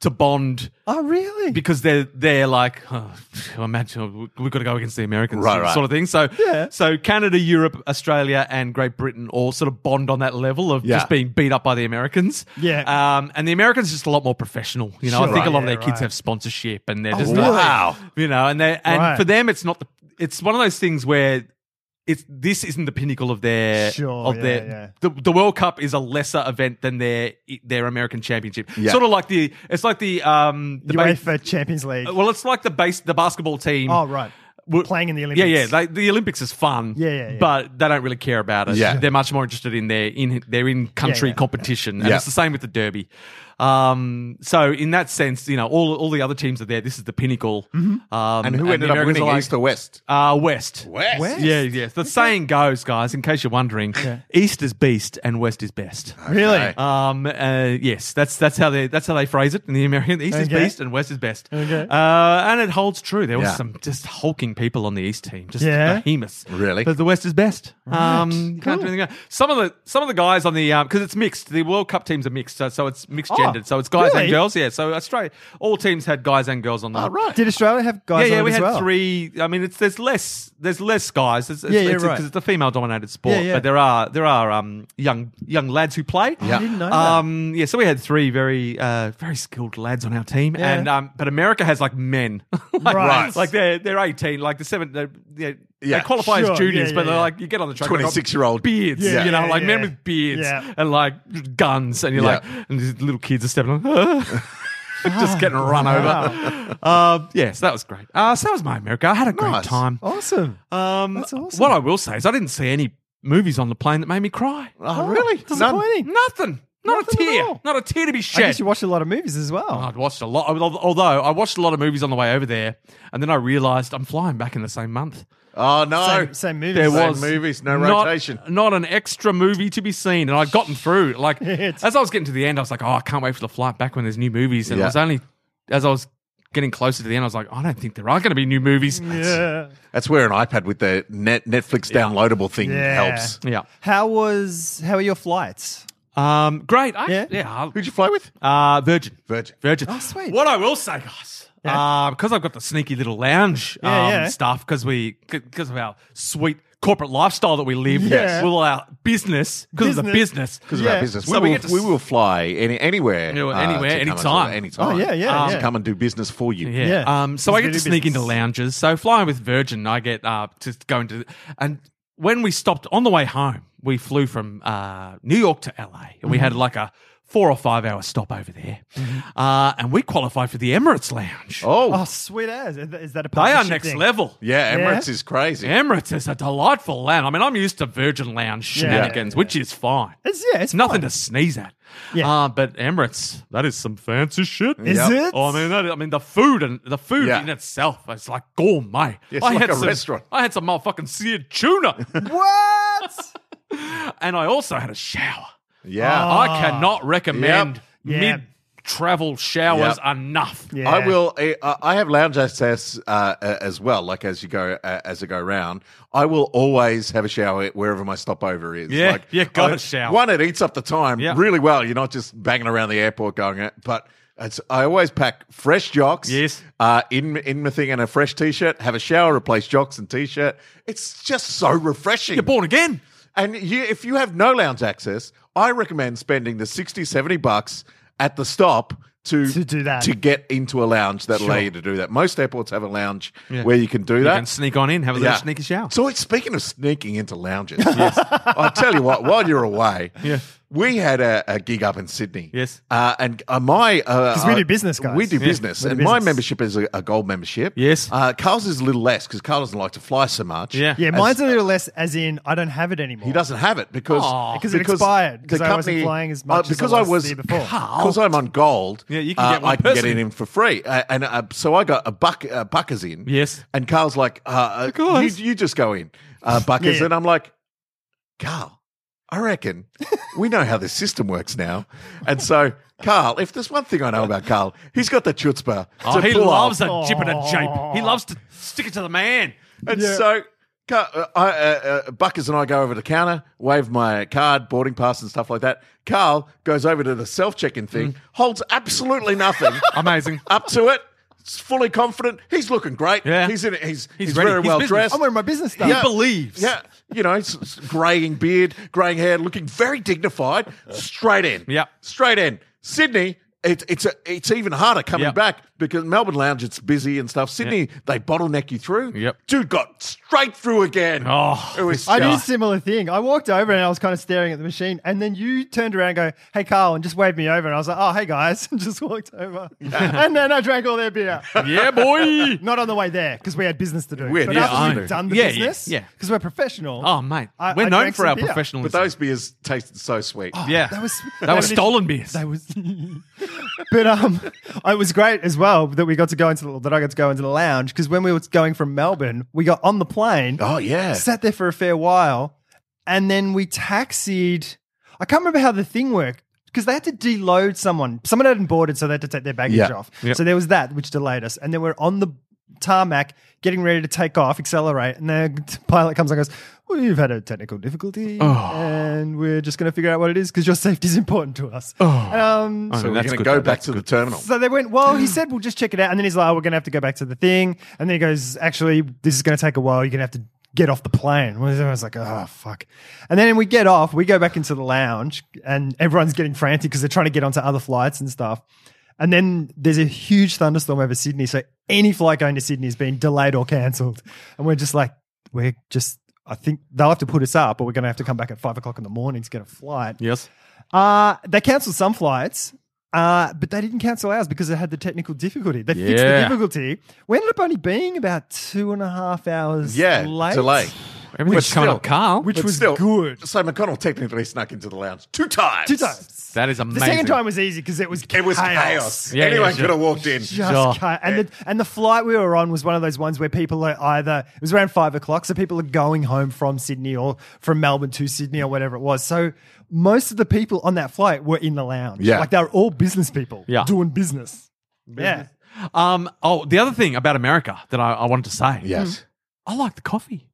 to bond Oh, really? because they're they're like oh, imagine we've got to go against the Americans Right, right. sort of thing. So Yeah. so Canada, Europe, Australia, and Great Britain all sort of bond on that level of Yeah. just being beat up by the Americans. Yeah. um, and the Americans are just a lot more professional. You know, I Sure. think a lot of Yeah, their kids right. Oh, have sponsorship, and they're just really? Wow. you know, and they and Right. for them it's not the it's one of those things where. It's, this isn't the pinnacle of their Sure, of yeah, their yeah. the, the World Cup is a lesser event than their their American Championship. Yeah. Sort of like the it's like the um the ba- UEFA Champions League. Uh, well, it's like the base, the basketball team. oh, right. W- Playing in the Olympics. Yeah, yeah. They, the Olympics is fun. Yeah, yeah, yeah. But they don't really care about it. Yeah. They're much more interested in their in their in country Yeah, yeah. competition, and Yeah. it's the same with the derby. Um, so in that sense, you know, all all the other teams are there. This is the pinnacle. Mm-hmm. Um, And who the ended up Americans winning are like, East to West? Uh, West. West. West? Yeah, yeah. The saying goes, guys, in case you're wondering, East is beast and West is best. Really? Okay. Um. Uh, yes, that's that's how they that's how they phrase it in the American. East is Okay. beast and West is best. Okay. Uh, and it holds true. There was Yeah. some just hulking people on the East team, just Yeah. behemoths. Really? but the West is best. Um, you can't do anything. about- Some of the some of the guys on the because it's mixed. The World Cup teams are mixed, so, so it's mixed Oh, gendered. So it's guys really? and girls. Yeah. So Australia, all teams had guys and girls on them. right. Oh, Did Australia have guys? Yeah, on yeah, it we as had well? three. I mean, it's there's less there's less guys. It's, it's, Yeah, yeah, it's, right. Because it's a female dominated sport, Yeah, yeah. but there are there are um young young lads who play. Yeah. I didn't know that. Um, yeah, so we had three very uh, very skilled lads on our team, Yeah. and um, but America has like men, like, Right. Like they're they're eighteen, like the seven. They're, they're, Yeah. They qualify Sure, as juniors, yeah, but yeah, they're yeah. like you get on the track, they've got 26-year-old beards, Yeah, you know, yeah, like men yeah. with beards Yeah. and like guns, and you're Yeah. like, and these little kids are stepping on, "Ah." just getting Ah, run over um, yeah, so that was great. Uh, so that was my America. I had a great Nice. time. Awesome. Um, That's awesome. What I will say is, I didn't see any movies on the plane that made me cry. Oh, really? Disappointing. Nothing. Not Nothing a at tear. all. Not a tear to be I shed. guess you watched a lot of movies as well. I'd watched a lot, although I watched a lot of movies on the way over there, and then I realised I'm flying back in the same month. Oh, no. same, same movies. There Same was movies, no not- rotation. not an extra movie to be seen, and I'd gotten through. Like Shit. as I was getting to the end, I was like, "Oh, I can't wait for the flight back when there's new movies." And I Yeah. was only as I was getting closer to the end, I was like, "I don't think there are going to be new movies." Yeah. That's where an iPad with the net Netflix downloadable thing Yeah. helps. Yeah. How was? How were your flights? Um, great. I, Yeah? yeah. Who'd you fly with? Uh, Virgin. Virgin. Virgin. Oh, sweet. What I will say, guys, uh, because I've got the sneaky little lounge um, Yeah, yeah. stuff, because we, because of our sweet corporate lifestyle that we live, Yes. with all our business, because of the business, Business. Because of Yeah. our business. So we, we will, get to we s- will fly any, anywhere. Anywhere, uh, to anywhere, come and- anytime. Anytime. Oh, yeah, yeah, Um, yeah. To come and do business for you. Yeah. Yeah. Um, so It's I get really to sneak into business. lounges. So flying with Virgin, I get uh, to go into. And when we stopped on the way home, we flew from uh, New York to LA, and we Mm-hmm. had like a four or five hour stop over there, uh, and we qualified for the Emirates Lounge. Oh, Oh, sweet as is that- is that a they are partnership next thing? level. yeah. Yeah. Emirates is crazy. Emirates is a delightful lounge. I mean, I'm used to Virgin Lounge Yeah. shenanigans, which is fine. It's yeah, it's It's nothing fun. to sneeze at. Yeah. Uh, but Emirates, that is some fancy shit. Is Yep. it? Oh, I mean, that, I mean, the food and the food Yeah. in itself is like gourmet. It's I like had a some, restaurant. I had some motherfucking seared tuna, what? and I also had a shower. Yeah. I cannot recommend Yep. Ah. Yeah. mid-travel showers Yep. enough. Yeah. I will. eh, I, I have lounge access uh, a- as well. Like as you go uh, as I go round, I will always have a shower wherever my stopover is. Yeah, like, you gotta I- shower. One, it eats up the time Yeah. really well. You're not just banging around the airport going. uh, But it's, I always pack fresh jocks. Yes. uh, in in my thing and a fresh t-shirt. Have a shower, replace jocks and t-shirt. It's just so refreshing. You're born again. And you, if you have no lounge access, I recommend spending the 60, 70 bucks at the stop to, To do that. To get into a lounge that allow you to do that. Most airports have a lounge where you can do You that. can sneak on in, have a little Yeah. sneaky shower. So it's- speaking of sneaking into lounges, I'll tell you what. While you're away, Yeah. we had a, a gig up in Sydney. Yes. uh, and uh, my because 'Cause we do business, guys. We do Yeah. business, We do and my business. membership is a, a gold membership. Yes. uh, Carl's is a little less because Carl doesn't like to fly so much. Yeah. Yeah, As- mine's a little less. As in, I don't have it anymore. he doesn't have it because uh, Aw. Because it expired, 'cause I wasn't flying as much as I because I was was the year before. Carl. because I'm on gold. uh, Yeah, you can get one I can get person. it in for free, uh, and uh, so I got a buck uh, buckers in. Yes. and Carl's like, uh, uh, you, course. you just go in uh, buckers, Yeah. and I'm like, Carl, I reckon we know how this system works now, and so. Carl, if there's one thing I know about Carl, he's got the chutzpah. Oh, to he pull loves off. a jip and a jape. He Aw. loves to stick it to the man. And so, Car- uh, I, uh, uh, Buckers and I go over to the counter, wave my card, boarding pass, and stuff like that. Carl goes over to the self checking Mm. thing, holds absolutely nothing Amazing. up to it. He's fully confident. He's looking great. Yeah. He's in. it. He's He's he's, ready. very He's well business. dressed. I'm wearing my business stuff. He believes. Yeah, you know, s- s- graying beard, graying hair, looking very dignified. Straight in. Yeah. straight in. Sydney. It, it's a, it's even harder coming Yeah. back because Melbourne Lounge, it's busy and stuff. Sydney, they bottleneck you through. Yep. Dude got straight through again. Oh, it was I did just- a similar thing. I walked over and I was kind of staring at the machine, and then you turned around and go, "Hey, Carl," and just waved me over, and I was like, "Oh, hey, guys," and just walked over. and then I drank all their beer. yeah, boy. Not on the way there because we had business to do. We had but business after to we've do. done the Yeah, yeah, business, yeah. because we're professional. Oh, mate. I- We're I known drank for some our beer. professionalism. But those beers tasted so sweet. yeah. That was They were stolen beers. That was, but um, it was great as well that we got to go into the, that I got to go into the lounge because when we were going from Melbourne, we got on the plane, Oh, yeah. sat there for a fair while, and then we taxied. I can't remember how the thing worked because they had to deload someone. Someone hadn't boarded, so they had to take their baggage Yeah. off. Yep. So there was that, which delayed us, and then we're on the tarmac getting ready to take off, accelerate, and the pilot comes and goes. We've had a technical difficulty, Oh. and we're just going to figure out what it is because your safety is important to us. Oh. Um, so we're going that's to good, go though. back That's to the terminal. so they went, well, he said, we'll just check it out. And then he's like, oh, we're going to have to go back to the thing. And then he goes, actually, this is going to take a while. You're going to have to get off the plane. I was like, oh, fuck. And then we get off, we go back into the lounge, and everyone's getting frantic because they're trying to get onto other flights and stuff. And then there's a huge thunderstorm over Sydney. So any flight going to Sydney is being delayed or cancelled. And we're just like, we're just, I think they'll have to put us up, or we're going to have to come back at five o'clock in the morning to get a flight. yes. Uh, they cancelled some flights, uh, but they didn't cancel ours because it had the technical difficulty. They fixed the Yeah. difficulty. We ended up only being about two and a half hours yeah, late. delay. Everything's But coming still- up, Carl. Which But was still- good. So McConnell technically snuck into the lounge two times. Two times. That is The amazing. second time was easy because it was It was chaos. Yeah, Anyone yeah, could sure. have walked in. Just Sure. ca- and the and the flight we were on was one of those ones where people are either it was around five o'clock, so people are going home from Sydney or from Melbourne to Sydney or whatever it was. So most of the people on that flight were in the lounge. Yeah. like they were all business people. Yeah. doing business. Yeah, Um, oh, the other thing about America that I, I wanted to say. Yes. I like the coffee.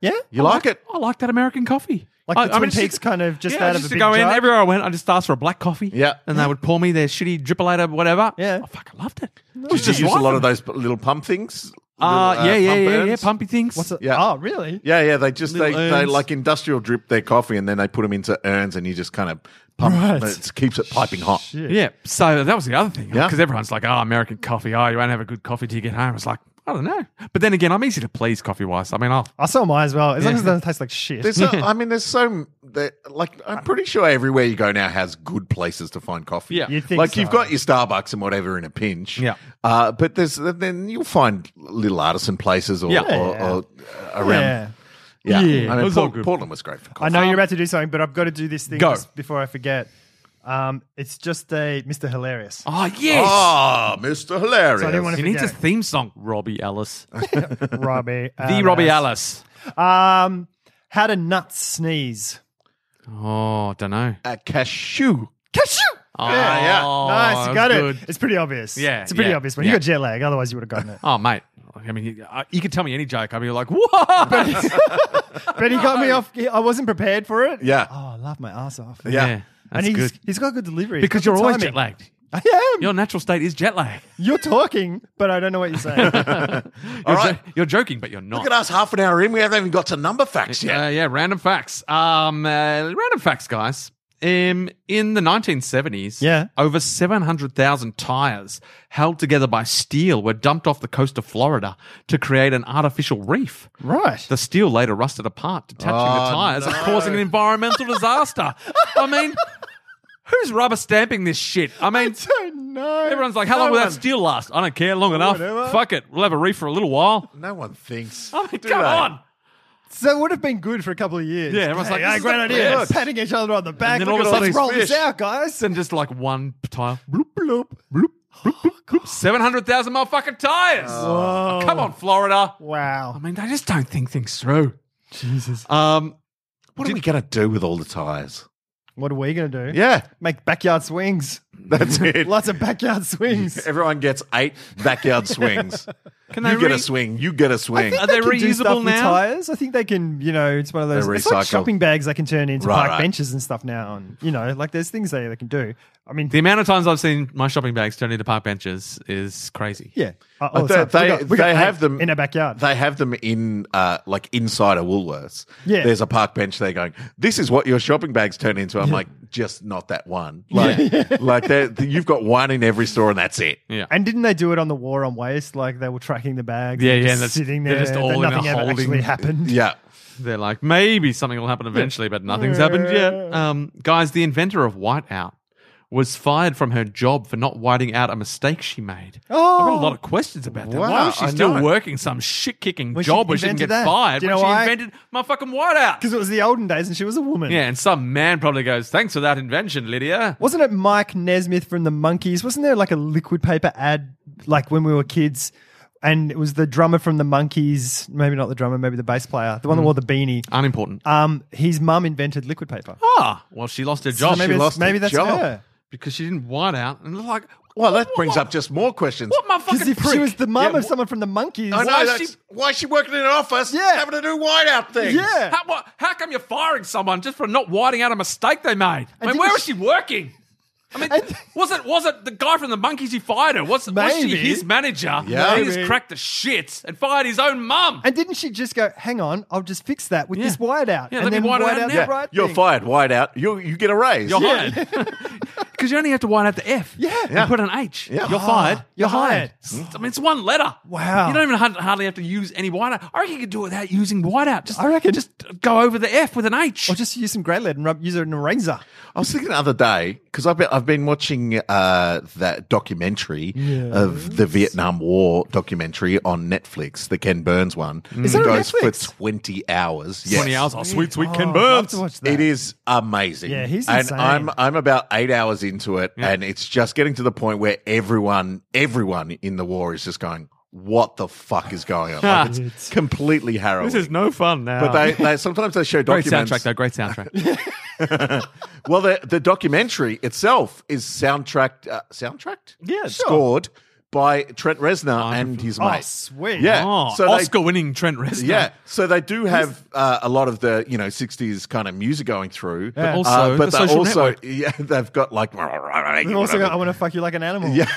yeah. You like it? I like that American coffee. Like I, the Twin mean, it's Peaks kind of just yeah, out I of a used big to go in jar. everywhere I went. I just asked for a black coffee. Yeah. and they would pour me their shitty drippolator, whatever. Yeah. I fucking loved it. It Did was you just use right a lot of for me. those little pump things? Uh, Little, yeah, yeah, pump yeah, yeah, urns? pumpy things. What's it? Yeah. Oh, really? Yeah, yeah. They just they, Little they urns. like industrial drip their coffee and then they put them into urns and you just kind of pump. Right. It keeps it piping hot. Yeah. So that was the other thing. Yeah. Because everyone's like, oh, American coffee. Oh, you won't have a good coffee till you get home. It's like, I don't know. But then again, I'm easy to please coffee wise. I mean, I'll. I saw mine as well. As long Yeah. as it doesn't taste like shit. There's so, I mean, there's so there- like I'm pretty sure everywhere you go now has good places to find coffee. Yeah. You'd think like you've so. got your Starbucks and whatever in a pinch. Yeah. uh, but there's then you'll find little artisan places or, Yeah. or, or uh, around. yeah. Yeah. Yeah, I it mean, was Port- all good. Portland was great for I coffee. know you're about to do something, but I've got to do this thing Um, Go. just before I forget. Um, it's just a Mr. Hilarious. Oh, yes. Ah, Mr. Hilarious. So I didn't want He to needs a forget theme song, Robbie Ellis. Robbie. The Robbie Ellis. Um, how to nut sneeze. Oh, don't know. a uh, cashew. Cashew. Oh, yeah. nice, you that got was it. It's pretty obvious. Yeah, it's a pretty yeah, obvious one. You yeah. got jet lag, otherwise you would have gotten it. Oh, mate. I mean, you, I- you could tell me any joke. I'd be like, what? but he got me off. I wasn't prepared for it. Yeah. Oh, I laughed my ass off. Yeah. and That's he's, good. he's got good delivery. He's Because got you're good always timing. jet lagged. I am. Your natural state is jet lag. You're talking, but I don't know what you're saying. You're, right. jo- you're joking, but you're not. Look at us, half an hour in, we haven't even got to number facts yet. Uh, yeah, random facts. Um, uh, random facts, guys. Um, in the 1970s, Yeah. over 700,000 tires held together by steel were dumped off the coast of Florida to create an artificial reef. right. The steel later rusted apart, detaching the tires and causing an environmental disaster. I mean, who's rubber stamping this shit? I mean, don't know. everyone's like, how long No will that one- steel last? I don't care, long enough. Whatever. Fuck it, we'll have a reef for a little while. No one thinks. I mean, do Oh, come they? on. So it would have been good for a couple of years. Yeah, everyone's like, hey, this hey, is great the idea. best. Patting each other on the back. then Look all of at a sudden let's these roll this fish. out, guys. and just like one tire. Bloop, bloop, bloop, bloop, bloop. 700,000 motherfucking tires. Oh. Whoa. Come on, Florida. I Wow. Uh, mean, they just don't think things through. Jesus. Um, What are we going to do with all the tires? What are we going to do? Yeah, Make backyard swings. that's it. Lots of backyard swings. Everyone gets eight backyard swings. can you they get re- a swing. You get a swing. Are they can do stuff reusable with now? Tires. I think they can, you know, it's one of those. They're It's like recycled. shopping bags they can turn into Right, park right. benches and stuff now. And, you know, like there's things they, they can do. I mean, The amount of times I've seen my shopping bags turn into park benches is crazy. yeah. Uh, But all the time. they, We they, got- we got they eight have them in our backyard. They have them in uh, like inside a Woolworths. Yeah. there's a park bench there going. This is what your shopping bags turn into. I'm like, just not that one. Like, like that. You've got one in every store, and that's it. Yeah. And didn't they do it on the war on waste? Like they were tracking the bags. Yeah, and yeah, just that's- sitting they're there. just all that in a nothing ever holding- actually happened. Yeah. They're like, maybe something will happen eventually, but nothing's happened yet. Um, guys, the inventor of whiteout was fired from her job for not whiting out a mistake she made. I've Oh. got a lot of questions about that. Why Wow, was she I still know. working some shit kicking When she job where she didn't get invented that. fired Do you when know she why? invented my fucking whiteout? Because it was the olden days and she was a woman. Yeah, and some man probably goes, "Thanks for that invention, Lydia." Wasn't it Mike Nesmith from the Monkees? Wasn't there like a liquid paper ad like when we were kids? And it was the drummer from the Monkees, maybe not the drummer, maybe the bass player, the one Mm. that wore the beanie. Unimportant. Um, his mum invented liquid paper. ah, well, she lost her job So maybe she it's- lost her maybe that's job. her. because she didn't white out, and like, Well, that what- brings what- up just more questions. what Because motherfucking if prick. she was the mum Yeah, of wh- someone from the Monkees, I know. Why that's- is Why is, she- she, working in an office Yeah. having to do whiteout things? yeah, How, what, how come you're firing someone just for not whiting out a mistake they made? I mean, didn't where was she she- working? I mean, And- was it was it the guy from the monkeys who fired her? Was, was she Maybe. his manager? Yeah. he just Maybe. cracked the shit and fired his own mum. And didn't she just go, hang on, I'll just fix that with Yeah. this wired out? Yeah, let and me wire it out now. the right You're thing. fired, whiteout. You you get a raise. You're hired because you only have to white out the F. Yeah, Hmm. Yeah. and put an H. Yeah. You're fired. Ah, you're hired. It's- I mean, it's one letter. Wow. You don't even hard- hardly have to use any whiteout. I reckon you could do it without using whiteout. Just I reckon- just go over the F with an H. Or just use some grey lead and rub, use an eraser. I was thinking the other day because I've been, I've been watching uh, that documentary of the Vietnam War documentary on Netflix, the Ken Burns one. Is it it on goes Netflix? for twenty hours. Yes. Twenty hours. Oh, sweet, sweet Ken Oh, I'll have Burns. to watch that. It is amazing. Yeah, he's and insane. I'm I'm about eight hours into it, and it's just getting to the point where everyone everyone in the war is just going, "What the fuck is going on?" Like, it's completely harrowing. This is no fun now. But they, they sometimes they show Great documents. soundtrack, though. Great soundtrack. Well, the the documentary itself is soundtracked, uh, soundtracked, Yeah, sure. scored by Trent Reznor and his Oh, mate. sweet. Yeah, oh, so they- Oscar-winning Trent Reznor. Yeah, so they do have uh, a lot of the you know '60s kind of music going through, But also uh, but they The Social also Network. yeah they've got like We've also got, I want to fuck you like an animal. Yeah.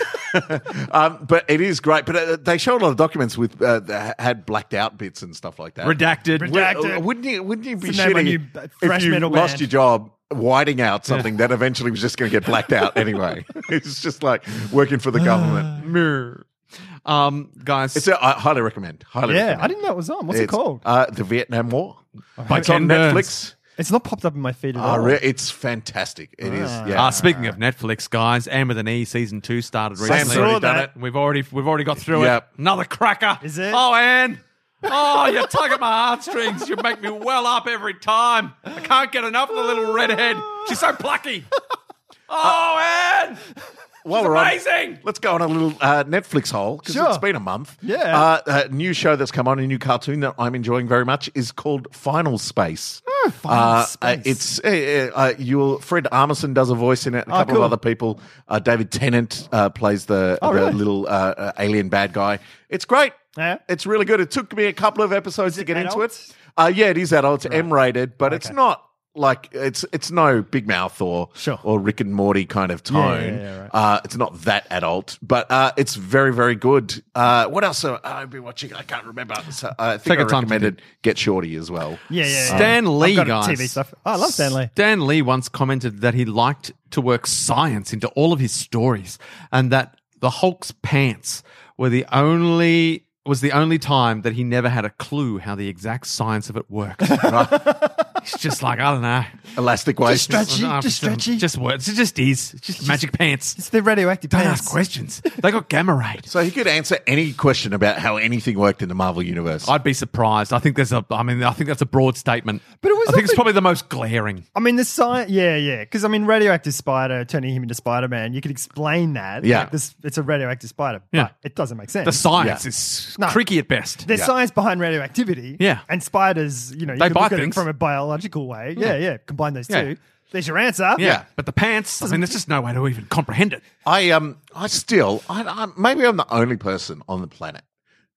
um, but it is great. But uh, they show a lot of documents with uh, that had blacked out bits and stuff like that. redacted. Redacted. Would, wouldn't you? Wouldn't you be It's the name of shitty your b- thrash if you metal lost band. your job whiting out something that eventually was just going to get blacked out anyway? it's just like working for the Uh. government. Mirror. Um, guys, It's a, I highly recommend. Highly Yeah, recommend. I didn't know it was on. What's it It's, called? Uh, the Vietnam War. By it's on Ken Burns. Netflix. It's not popped up in my feed at Oh, Ah, all. re- it's fantastic. It is. Ah. Yeah. uh, speaking of Netflix, guys, Anne with an E season two started Sam's recently. already saw done that. it. We've already we've already got through Yep. it. Another cracker. Is it? Oh, Anne. Oh, you're tugging my heartstrings. You make me well up every time. I can't get enough of the little redhead. She's so plucky. Oh, Anne. While we're Amazing. On, let's go on a little uh, Netflix hole because Sure. it's been a month. Yeah. Uh, a new show that's come on, a new cartoon that I'm enjoying very much is called Final Space. Hmm, Final uh, Space. uh, It's uh, uh, uh, you'll Fred Armisen does a voice in it. A Oh, couple cool. of other people. Uh, David Tennant uh, plays the, Oh, the really? little uh, uh, alien bad guy. It's great. Yeah? It's really good. It took me a couple of episodes to get into it. adult? Uh, yeah, it is adult. It's M-rated, but it's not like it's it's no Big Mouth or Sure. or Rick and Morty kind of yeah, tone. yeah, right. uh, it's not that adult, but uh, it's very very good. Uh, what else have I been watching? I can't remember. So, uh, I think Take I your time, recommended Get Shorty as well. Yeah, yeah. yeah. Stan Lee, I've got guys. TV stuff. Oh, I love Stan Lee. Stan Lee once commented that he liked to work science into all of his stories, and that the Hulk's pants were the only was the only time that he never had a clue how the exact science of it worked. It's just like I don't know. Elastic waist. stretch- Stretchy, I don't know, just stretchy. Just words. It just is. It's just, magic pants. It's the radioactive Don't pants. ask questions. They got gamma rays. So he could answer any question about how anything worked in the Marvel universe. I'd be surprised. I think there's a. I mean, I think that's a broad statement. But it was I think it's often- probably the most glaring. I mean, the science. Yeah, yeah. Because I mean, radioactive spider turning him into Spider Man. You could explain that. Yeah. Like, this, it's a radioactive spider. Yeah. But it doesn't make sense. The science Yeah. is No. creaky at best. There's Yeah. science behind radioactivity. Yeah. And spiders, you know, you They can buy look at things. it from a biological way. Yeah, yeah. Combine those Yeah. two. There's your answer. Yeah. But the pants, I mean, there's just no way to even comprehend it. I um I still I, I maybe I'm the only person on the planet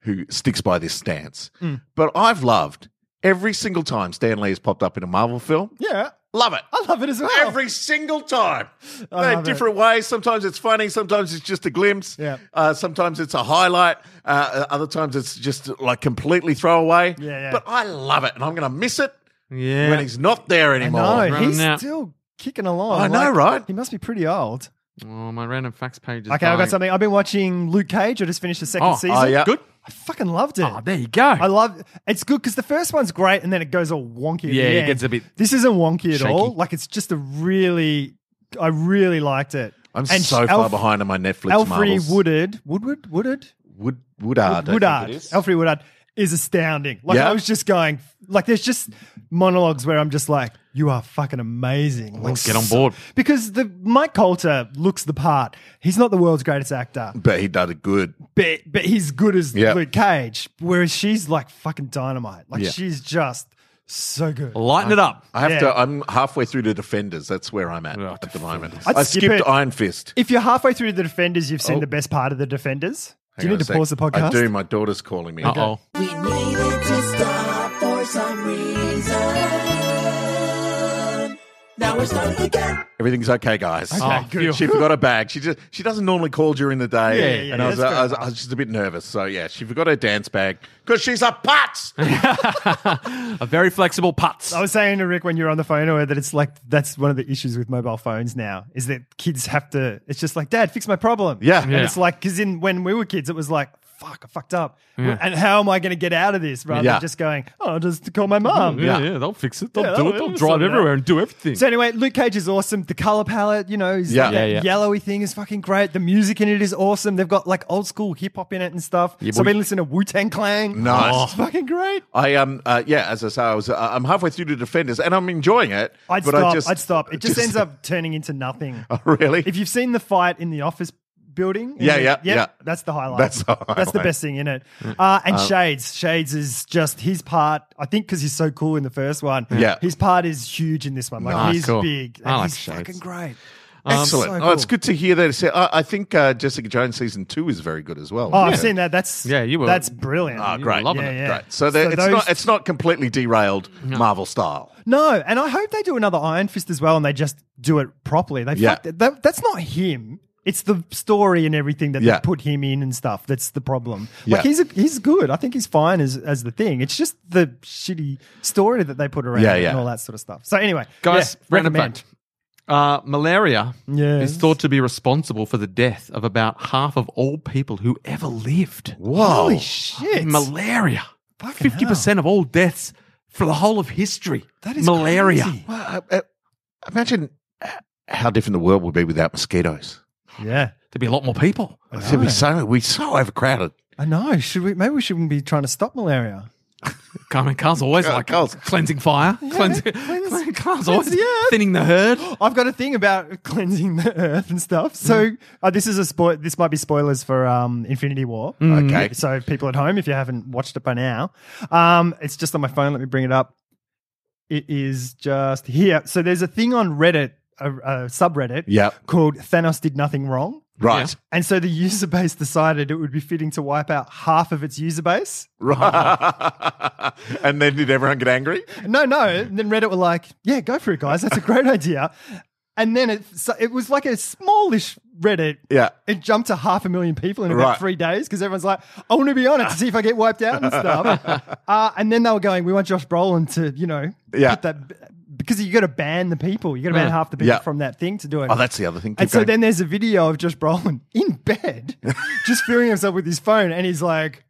who sticks by this stance, but I've loved every single time Stan Lee has popped up in a Marvel film. Yeah. Love it. I love it as well. Every single time. I They're love it. different ways. Sometimes it's funny. Sometimes it's just a glimpse. Yeah. Uh, sometimes it's a highlight. Uh, other times it's just like completely throwaway. Yeah, yeah. But I love it. And I'm going to miss it Yeah. when he's not there anymore. No, he's Running out. still kicking along. I know, right? He must be pretty old. Oh, my random facts page is Okay, I've dying. got something. I've been watching Luke Cage. I just finished the second Oh, oh, season. yeah. Good. I fucking loved it. Oh, there you go. I love it's good because the first one's great and then it goes all wonky. at Yeah, the it end. gets a bit This isn't wonky at shaky. all. Like it's just a really, I really liked it. I'm And so far Alf- behind on my Netflix Alfred marvels. Woodard, Woodward, Woodard, Wood, Woodard. I think it Woodard, is. Alfred Woodard is astounding. Like Yeah. I was just going, like there's just monologues where I'm just like, you are fucking amazing. Like, get on board. because the Mike Coulter looks the part. He's not the world's greatest actor, But he did it good. but but he's good as Yeah. Luke Cage, whereas she's like fucking dynamite. Like Yeah. she's just so good. Lighten it up. I have Yeah. to. I'm halfway through to Defenders. That's where I'm at Oh, at the moment. I'd I skip skipped it. Iron Fist. If you're halfway through the Defenders, you've seen Oh. the best part of the Defenders. Hang Do you on need a to pause the sec. podcast? I do. My daughter's calling me. Uh oh. We needed to stop for some reason. Now we're starting again. Everything's okay, guys. Okay, Oh, good. She forgot her bag. She just she doesn't normally call during the day. Yeah, yeah, and yeah, I, was, that's I, was, I was just a bit nervous. So yeah, she forgot her dance bag because she's a putz. A very flexible putz. I was saying to Rick when you were on the phone or that it's like that's one of the issues with mobile phones now is that kids have to. It's just like, Dad, fix my problem. Yeah. and Yeah. it's like because in when we were kids, it was like, fuck, I fucked up, Yeah. and how am I going to get out of this? Rather Yeah. than just going, oh, I'll just call my mom. yeah, yeah, they'll fix it. They'll Yeah, do they'll- it. They'll they'll drive sort it out. everywhere and do everything. So anyway, Luke Cage is awesome. The color palette, you know, his Yeah. that Yeah, yeah. yellowy thing is fucking great. The music in it is awesome. They've got like old school hip hop in it and stuff. so I've boy. been listening to Wu Tang Clan. Nice. it's fucking great. I um uh, yeah, as I say, I was uh, I'm halfway through to Defenders and I'm enjoying it. I'd but stop. I just, Oh, I'd stop. It just, ends up turning into nothing. really. If you've seen the fight in the office building, Yeah, in the- yeah, yeah. That's the highlight. That's the That's the highlight. Mm. best thing in it. Uh, and Shades. Shades is just his part. I think because he's so cool in the first one. Yeah. his part is huge in this one. Like Nice. he's Cool. big. And I like he's Shades. fucking great. Excellent. so Oh, it's cool. good to hear that. So, I, I think uh, Jessica Jones season two is very good as well. Oh, Yeah. I've seen that. That's Yeah, you were- That's brilliant. Oh, great. loving Yeah, it. yeah. Great. So, there So it's those- not it's not completely derailed Marvel style. No, and I hope they do another Iron Fist as well, and they just do it properly. They Yeah. fucked it. That, that's not him. It's the story and everything that Yeah. they put him in and stuff. That's the problem. Yeah. Like he's a, he's good. I think he's fine as as the thing. It's just the shitty story that they put around Yeah, it yeah. and all that sort of stuff. So anyway, Guys, yeah, random fact. Uh, malaria Yes. is thought to be responsible for the death of about half of all people who ever lived. Whoa. Holy shit! Malaria. Fucking Fifty percent of all deaths for the whole of history. That is malaria. crazy. Well, uh, uh, imagine uh, how different the world would be without mosquitoes. yeah, There'd be a lot more people. There'd be so we're so overcrowded. I know. Should we? Maybe we shouldn't be trying to stop malaria. Carmen Carl's always like Carl's- cleansing fire. cleansing. cleanse- Carl's cleanse always the earth. thinning the herd. I've got a thing about cleansing the earth and stuff. So uh, this is a spoil. This might be spoilers for um, Infinity War. Okay. So people at home, if you haven't watched it by now, um, it's just on my phone. Let me bring it up. It is just here. So there's a thing on Reddit, a, a subreddit, Yep. called "Thanos did nothing wrong." Right. And so the user base decided it would be fitting to wipe out half of its user base. Right. and then did everyone get angry? No, no. And then Reddit were like, yeah, go for it, guys. That's a great idea. And then it, so it was like a smallish Reddit. Yeah. It jumped to half a million people in about Right. three days because everyone's like, I want to be on it to see if I get wiped out and stuff. uh, and then they were going, we want Josh Brolin to, you know, Yeah. Mm. put that, because you got to ban the people. You got to ban Yeah. half the people Yeah. from that thing to do it. Oh, that's the other thing. Keep And so going. then there's a video of Josh Brolin in bed, just filming himself with his phone, and he's like,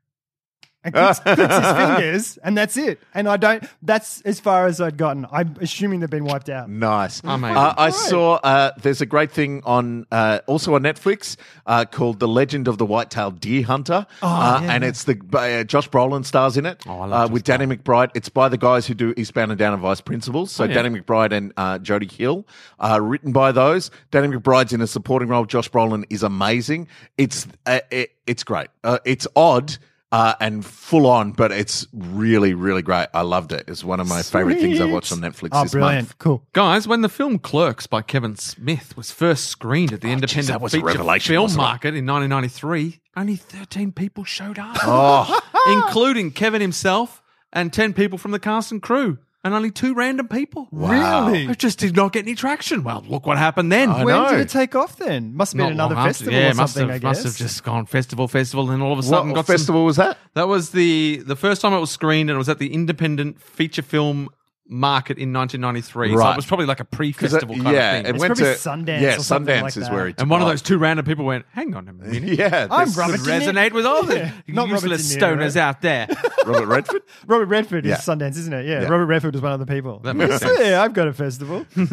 and clicks, clicks his fingers, and that's it. And I don't. That's as far as I'd gotten. I'm assuming they've been wiped out. Nice. Amazing. Uh, I saw uh, there's a great thing on uh, also on Netflix uh, called The Legend of the White-tailed Deer Hunter, uh, and it's the uh, Josh Brolin stars in it Oh, I love uh, Josh with Danny McBride. It's by the guys who do Eastbound and Down and Vice Principals, so Oh, yeah. Danny McBride and uh, Jodie Hill, uh, written by those. Danny McBride's in a supporting role. Josh Brolin is amazing. It's uh, it, it's great. Uh, it's odd. Uh, and full on, but it's really, really great. I loved it. It's one of my favorite things I watched on Netflix Oh, this brilliant! month. Cool. Guys, when the film Clerks by Kevin Smith was first screened at geez, the Oh, that independent was a feature revelation, film wasn't it? market in 1993, only 13 people showed up, Oh, including Kevin himself and 10 people from the cast and crew, and only two random people. Wow. Really? It just did not get any traction. Well, look what happened then. I when know. did it take off? Then must have been Not another long after- festival yeah, or must something. have- I guess. Must have just gone festival, festival, and all of a sudden what got some- festival was that? That was the the first time it was screened, and it was at the Independent Feature Film market in 1993. So Right. it was probably like a pre-festival That- kind yeah, of it thing. went to probably Sundance Yeah, or something Sundance like is that. where it. and one of took those two random people went, "Hang on a off. minute." Yeah, I'm this- Robert Would De Niro. resonate with all the Yeah. Not Robert useless De Niro, stoners right? out there. Robert Redford. Robert Redford Yeah. is Sundance, isn't it? Yeah, Yeah. Robert Redford was one of the people. That makes Yeah, yeah, I've got a festival. He's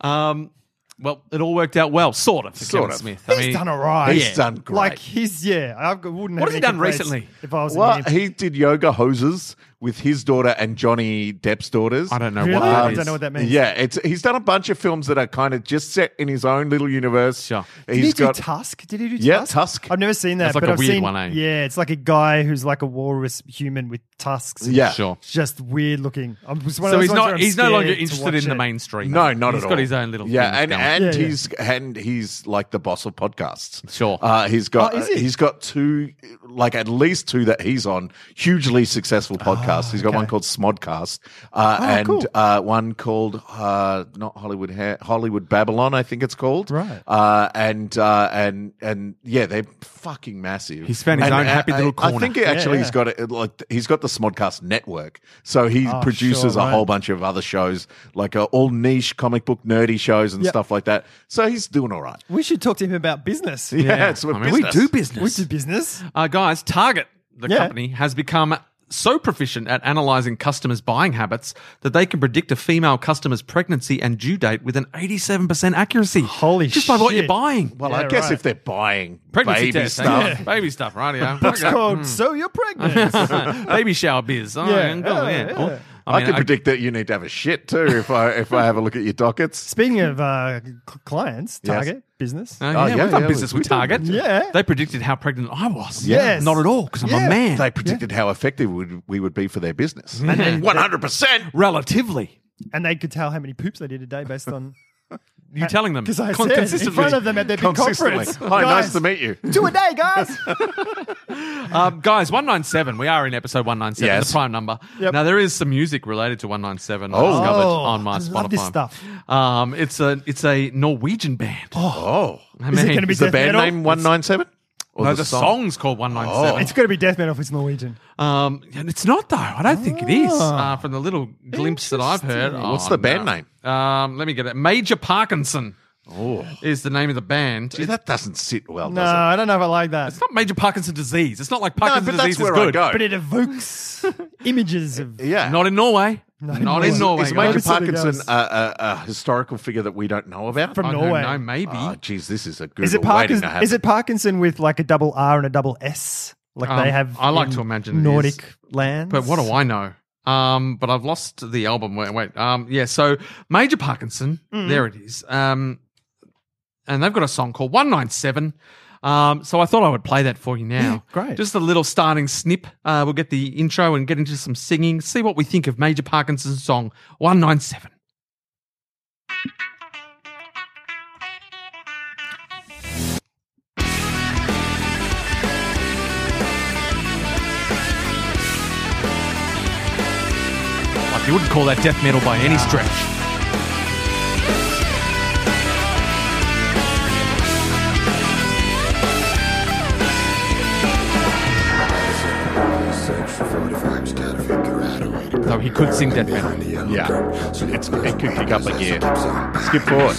Um, well, it all worked out well, sort of. For Sort Kevin of. Smith. I mean, done all right. He's Yeah. done great. Like he's yeah. I wouldn't. have What has he any done complaints recently? If I was well, in him. he did yoga hoses with his daughter and Johnny Depp's daughters. Um, I don't know Really? what I that don't is. know what that means. Yeah, it's he's done a bunch of films that are kind of just set in his own little universe. Sure. He's Did he got do Tusk? Did he do Yeah, Tusk? Tusk. I've never seen that. That's like but a I've weird seen, one, eh? Yeah, it's like a guy who's like a walrus human with tusks. yeah, Sure. It's Just weird looking. I'm just one of So those he's ones where not. I'm He's no scared longer to interested watch in the it. mainstream. No, not He's at all. got his own little. Yeah, thing and going. and Yeah, yeah. he's and he's like the boss of podcasts. Sure. uh, he's got Oh, is he? he's got two, like at least two that he's on hugely successful podcasts. he's got one called Smodcast, uh, and Oh, cool. uh, one called uh, not Hollywood ha- Hollywood Babylon, I think it's called. Right. uh, and uh, and and yeah, they're fucking massive. He's found his And own I- happy I- little I corner. think it actually yeah. he's got it like he's got the Smodcast network, so he Oh, produces sure, a whole right. bunch bunch of other shows, like uh, all niche comic book nerdy shows and Yep. stuff like that. So he's doing all right. We should talk to him about business. Yeah, Yeah. it's what I mean, business. we do business. We do business. Uh, guys, Target, the Yeah. company, has become so proficient at analyzing customers' buying habits that they can predict a female customer's pregnancy and due date with an 87% accuracy. Holy Just by what shit. you're buying. Well, I Yeah, guess right. if they're buying Pregnancy baby test, eh? stuff, Yeah. Baby stuff, right? Yeah. Mm. It's called So You're Pregnant. baby shower biz. Oh, Yeah, yeah, cool, yeah, yeah, cool. yeah. I, mean, can predict that you need to have a shit too if I if I have a look at your dockets. Speaking of uh, c- clients, Yes. Target, business. Oh, Oh, yeah, yeah, we've done yeah, business we- with we done Target. business. Yeah. They predicted how pregnant I was. Yes. Not at all, because I'm Yeah. a man. They predicted how effective would, we would be for their business. then- One hundred percent. Relatively. and they could tell how many poops they did a day based on. You telling them. Because I Con- said in consistently. front of them at their big Consistently. conference. Hi, nice Guys, to meet you. Two a day, guys. Um, guys, 197. We are in episode 197, Yes. the prime number. Yep. Now, there is some music related to 197 I Oh. discovered Oh, on my I Spotify. love this stuff. Um, it's, a, it's a Norwegian band. Oh, I Is it mean, gonna be is the death band metal? name one nine seven? no, the, song's called Oh. 197. It's going to be death metal if it's Norwegian. Um, and it's not, though. I don't think it is, Ah. uh, from the little glimpse that I've heard. Interesting. What's the band no. name? Oh. Um, let me get it. Major Parkinson is the name of the band. Gee, that doesn't sit well, No, does it? I don't know if I like that. It's not major Parkinson disease. It's not like No, Parkinson's but that's disease where is good. I go. But it evokes images of. yeah, Not in Norway. Not Not, in Norway. in Norway. Is my guys. Major Obviously, Parkinson guys. a, a, a historical figure that we don't know about? From I don't Norway. know, maybe. Ah, geez, this is a Google Is it waiting Parkinson? to happen. Is it Parkinson with like a double R and a double S? Like Um, they have. I like in to imagine it is. Nordic lands. But what do I know? Um, but I've lost the album. Wait, wait. Um, yeah. So Major Parkinson, there it is. Um, and they've got a song called One Nine Seven. Um, so I thought I would play that for you now. great. Just a little starting snip. Uh, we'll get the intro and get into some singing. See what we think of Major Parkinson's song One Nine Seven. Like you wouldn't call that death metal by any stretch. Though he could sing death metal. Yeah, it's, it could pick up a gear. Skip forward.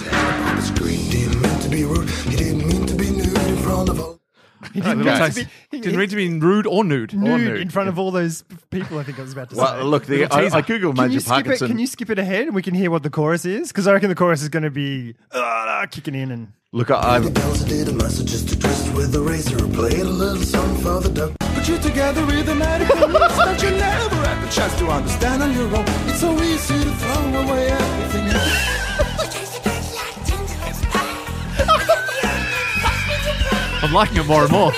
He didn't Okay. mean Nice. to be- he- Didn't read to be rude or nude. nude, nude. in front of all those p- people. I think I was about to say. Well, look, the, I, I googled Can you, Major skip it, Parkinson. can you skip it ahead and we can hear what the chorus is? Because I reckon the chorus is going to be uh, kicking in and Look, I, I, Put you together with a medical list that you never had the chance to understand on your own. It's so easy to throw away everything. I'm liking it more and more.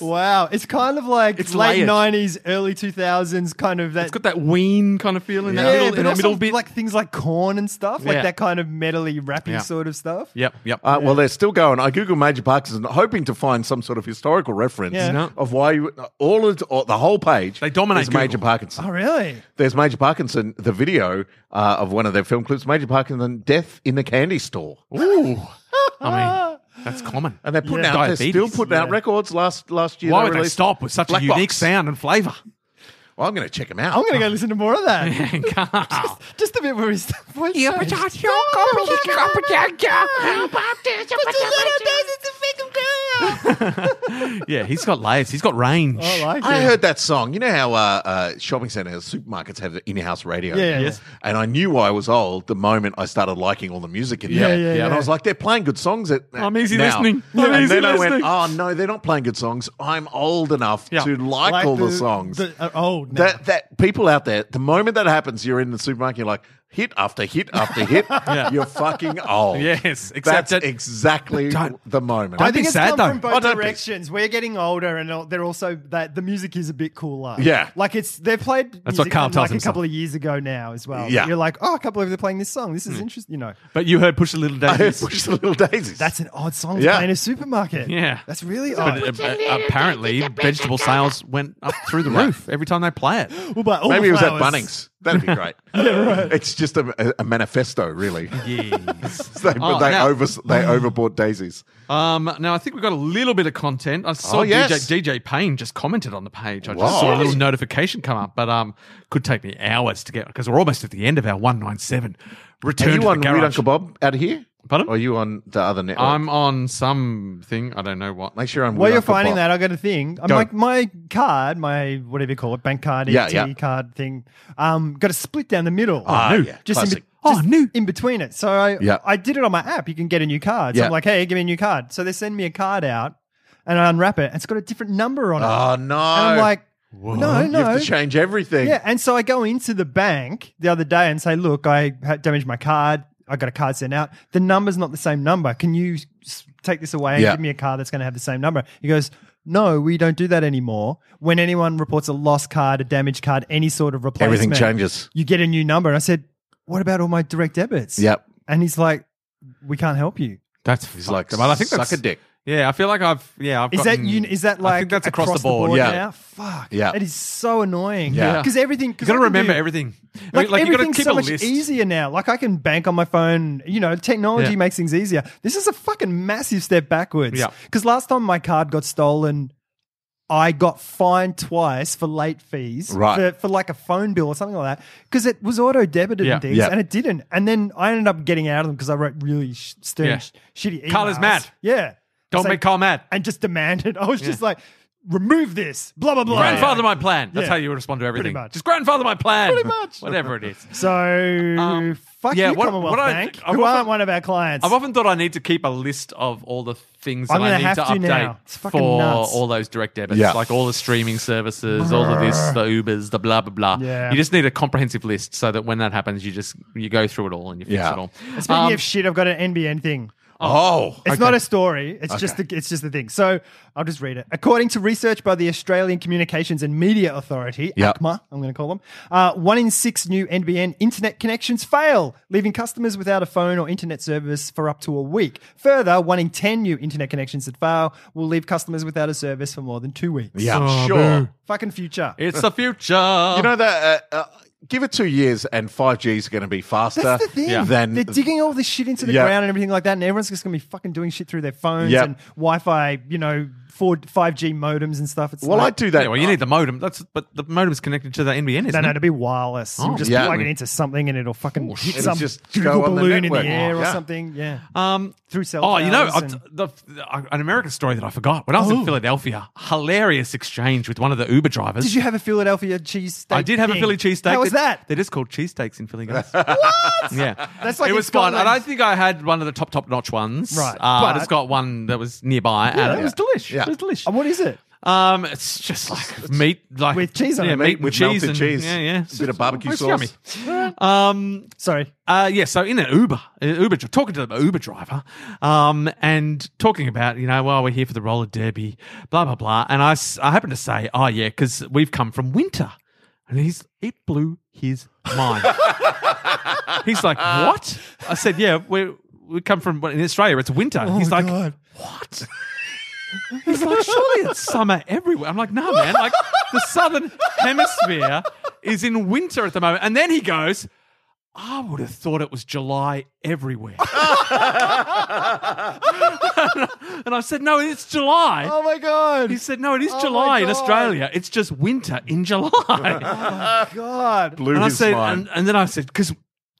wow, it's kind of like It's late layered. nineties, early two thousands kind of that. It's got that ween kind of feel in that middle, in but the also middle bit. like things like corn and stuff, like Yeah. that kind of metally rapping Yeah. sort of stuff. yep, yep. uh, well, they're still going. I googled Major Parkinson, hoping to find some sort of historical reference Yeah. No. of why you, all of all, the whole page. They dominate is Major Google. Parkinson. Oh, really? There's Major Parkinson, the video uh, of one of their film clips. Major Parkinson, death in the candy store. Ooh. I mean, That's common. And they're putting Yeah. out, they're Diabetes. still putting out records. Last last year, Why would they released stop with such Black a unique Box. sound and flavour? Well, I'm going to check them I'm out. Oh. going to go listen to more of that. Carl. Just the bit where his voice. Yeah, but yeah, he's got layers. He's got range. I like I it. heard that song. You know how uh, uh, shopping centers, supermarkets have in-house radio. Yeah, yeah, Yes. And I knew I was old the moment I started liking all the music in Yeah, there. yeah, and yeah. I was like, they're playing good songs. At, I'm easy now. listening. And I'm easy then I listening. went, oh no, they're not playing good songs. I'm old enough Yeah. to like, Like all the, uh, oh, songs. the- are old now. that that people out there, the moment that happens, you're in the supermarket, you're like hit after hit after hit. You're fucking old. Yes, except that's that- exactly Don't- the moment. don't I think be it's sad, come though. from Oh, both don't be. directions. We're getting older, and al- they're also that the music is a bit cooler. Yeah. like it's they played. That's what music Carl from, tells like himself. a couple of years ago now as well. Yeah. Mm. you're like, oh, I can't believe they're playing this song. This is interesting. You know, But you heard Push the Little I Daisies. push the little daisies. that's an odd song Yeah. to play in a supermarket. Yeah. that's really But odd. uh, uh, apparently, vegetable sales went up through the roof every time they play it. We'll buy all the maybe it was at flowers. Bunnings. That'd be great. It's just a, a- a manifesto, really. Yes. they Oh, they now- over they overbought daisies. Um, now I think we've got a little bit of content. I saw Oh, yes. DJ, DJ Payne just commented on the page. I just Wow. saw a little notification come up, but um, could take me hours to get because we're almost at the end of our one nine seven. Are Return you to on the Weird garage. Uncle Bob out of here? Pardon? Or are you on the other network? I'm on something. I don't know what. Make sure I'm. While Weird you're Uncle finding Bob. that, I got a thing. I'm Go. like my card, my whatever you call it, bank card, Yeah, EFT yeah. card thing. Um, got a split down the middle. Ah, new. yeah, just in, be- classic. Oh, just new. in between it. So I, Yeah. I did it on my app. You can get a new card. So Yeah. I'm like, hey, give me a new card. So they send me a card out, and I unwrap it. And it's got a different number on it. Oh no! and I'm like, no, you have no. to change everything. Yeah, and so I go into the bank the other day and say, "Look, I had damaged my card. I got a card sent out. The number's not the same number. Can you s- take this away and Yeah. give me a card that's going to have the same number?" He goes, "No, we don't do that anymore. When anyone reports a lost card, a damaged card, any sort of replacement, Everything changes. You get a new number." And I said, "What about all my direct debits?" Yep. And he's like, "We can't help you." That's He's like, fucked up. I think suck that's, a dick. Yeah, I feel like I've. Yeah, I've. Is gotten- that you? Is that like mm. I think that's across, the board. Yeah. now? Fuck. Yeah. It is so annoying. Yeah. Because everything. You Because got to remember everything. I mean, like, you gotta everything's so much easier now. Like I can bank on my phone. You know, technology Yeah. makes things easier. This is a fucking massive step backwards. Yeah. Because last time my card got stolen, I got fined twice for late fees, Right. For, for like a phone bill or something like that, because it was auto debited Yeah. and things, Yeah. and it didn't. And then I ended up getting out of them because I wrote really sh- stern, Yeah. sh- shitty. Emails. Carl is mad. Yeah. Don't It's like- make Carl mad. And just demanded. I was just like, remove this. Blah blah blah. grandfather my plan. That's Yeah. how you respond to everything. much. Just grandfather my plan. Pretty much. Whatever it is. So fuck Um, yeah, you, what- Commonwealth what I- Bank, I've who often- aren't one of our clients. I've often thought I need to keep a list of all the things that I'm I gonna need have to, to update now. It's fucking for nuts. all those direct debits, Yeah. like all the streaming services, all of this, the Ubers, the blah blah blah. Yeah. You just need a comprehensive list so that when that happens, you just you go through it all and you fix Yeah. it all. Speaking Um, of shit, I've got an NBN thing. Oh, It's not a story. It's just the, it's just the thing. So I'll just read it. According to research by the Australian Communications and Media Authority, Yep. ACMA, I'm going to call them, uh, one in six new NBN internet connections fail, leaving customers without a phone or internet service for up to a week. Further, one in ten new internet connections that fail will leave customers without a service for more than two weeks. yeah, sure. Fucking future. it's the future. You know that. Uh, uh, give it two years, and five G is going to be faster That's the thing. than They're digging all this shit into the Yeah. ground and everything like that, and everyone's just gonna be fucking doing shit through their phones Yeah. and Wi-Fi, you know, four five G modems and stuff. It's Well, I like, do that. yeah, well, you need the modem. That's but the modem's connected to the NBN, No, isn't no, it? it'll be wireless. Oh, you just yeah. plug it into something and it'll fucking hit It'll some just Google go on the balloon in network. the air or Yeah. something. Yeah. Um, Through cell Oh, you know, I, towers and- the, the- an American story that I forgot. When I was in Philadelphia, hilarious exchange with one of the Uber drivers. Did you have a Philadelphia cheesesteak? I did have a thing? Philly cheesesteak. How was They- that? They're just called cheesesteaks in Philly, guys. what? Yeah. That's like it in was fun. And Scotland. I think I had one of the top, top notch ones. Right. Uh, I But- just got one that was nearby and it was delish. Yeah. It was delish. Oh, what is it? Um, it's just like meat, like With cheese on yeah, it. meat, with with cheese melted and, cheese. Yeah, yeah. A bit of barbecue It's sauce. Yummy. um, Sorry. uh, yeah, so in an Uber, uh, Uber dri- talking to the Uber driver, um, and talking about you know, well, we're here for the roller derby, blah blah blah, and I, s- I happened to say, oh yeah, because we've come from winter, and he's it blew his mind. he's like, what? I said, yeah, we we come from in Australia, it's winter. he's like, what? He's like, surely it's summer everywhere. I'm like, no, man. Like, the southern hemisphere is in winter at the moment. And then he goes, I would have thought it was July everywhere. and I said, no, it's July. Oh my god! He said, no, it is Oh my July in God. Australia. It's just winter in July. God. Blew and I his said, mind. and, and then I said, because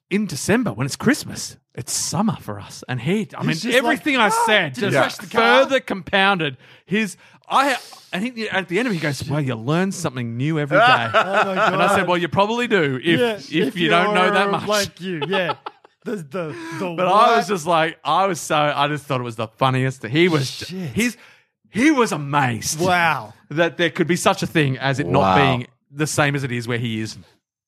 in December when it's Christmas, it's summer for us. And he, I mean, just like, "Ah, everything I said did just you crash the car? further compounded his. I and he, at the end of it, he goes, "Well, you learn something new every day." Oh my God. And I said, "Well, you probably do if Yeah, if, you don't know that you're much." Like you, yeah. The the the. But I was just like, I was so, I just thought it was the funniest. He was, Shit. he's, he was amazed wow. that there could be such a thing as it not Wow. being the same as it is where he is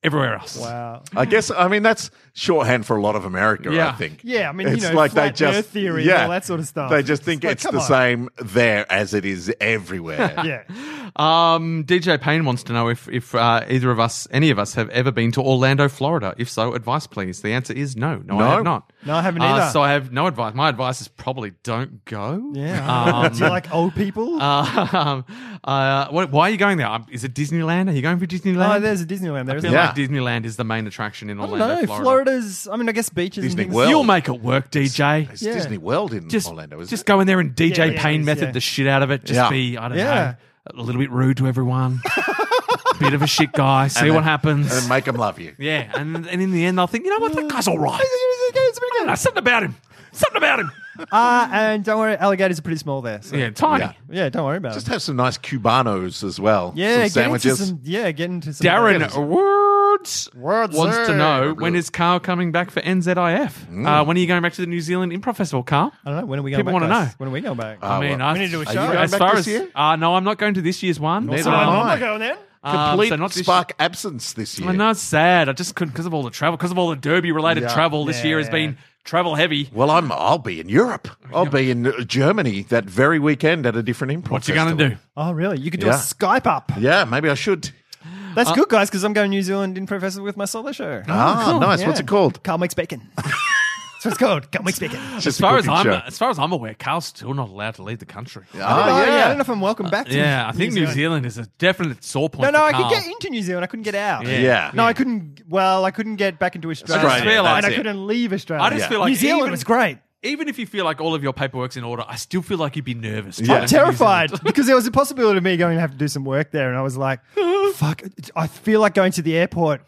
everywhere else. Wow. I guess I mean that's shorthand for a lot of America. I Yeah. think. Yeah, I mean, you know, flat earth theory and all that sort of stuff. They just think It's like, it's come the on. same there as it is everywhere. Yeah. Um, DJ Payne wants to know if if uh, either of us, any of us, have ever been to Orlando, Florida. If so, advice, please. The answer is no. No, I No. have not. No, I haven't Uh, either. so I have no advice. My advice is probably don't go. Yeah. Um, Do you like old people? um, uh, what, why are you going there? Um, Is it Disneyland? Are you going for Disneyland? oh, there's a Disneyland there, I isn't feel Yeah. like Disneyland is the main attraction in there? I Orlando, don't know. Florida. Florida's. I mean, I guess beaches. Disney and things. World. You'll make it work, DJ. It's Yeah. Disney World in Just, Orlando, isn't just it? go in there and DJ Yeah, yeah, Payne it is, method yeah. the shit out of it. Just Yeah. be, I don't Yeah. know, a little bit rude to everyone, bit of a shit guy. See And what then- happens. and make them love you. yeah, and and in the end, they'll think, you know what, that guy's all right. I don't know, something about him. Something about him. Uh, and don't worry, alligators are pretty small there. So. Yeah, tiny. Yeah. Yeah, don't worry about Just it. have some nice cubanos as well. Yeah, some get sandwiches. into some. Yeah, get into some. Darren uh, Words, Words, wants to sir. know when is Carl coming back for NZIF? Mm. Uh, when are you going back to the New Zealand Improv Festival, Carl? I don't know. When are we going People back? wanna guys? know. Uh, When are we going back? Oh, I mean, well. I, we need to do a Are show. you going as back far this as year? uh, no, I'm not going to this year's one. Neither So I'm am I. not going then. Um, complete so not this spark absence this year. I know it's sad. I just couldn't because of all the travel, because of all the Derby related Yeah. travel. This year has Yeah. been travel heavy. Well, I'm. I'll be in Europe. I'll be in uh, Germany that very weekend at a different improv. What you gonna do? Oh, really? You could do a Yeah. Skype up. Yeah, maybe I should. Uh, That's good, guys, because I'm going to New Zealand in Professor with my solo show. Oh, ah, nice. What's Yeah. it called? Carl makes bacon. That's what it's called. Carl makes bacon. It's As just a far as cooking I'm show. as far as I'm aware, Carl's still not allowed to leave the country. Yeah, I don't Ah, know, yeah. uh, I don't know if I'm welcome back to I think New Zealand. is a definite sore point. No, no, for I Carl. could get into New Zealand. I couldn't get out. Yeah. Yeah. No, I couldn't. Well, I couldn't get back into Australia, Australia, and that's I it. couldn't leave Australia. I just Yeah. feel like New Zealand even, was great. Even if you feel like all of your paperwork's in order, I still feel like you'd be nervous. Yeah. traveling I'm to New terrified Zealand. because there was a possibility of me going to have to do some work there, and I was like, "Fuck!" I feel like going to the airport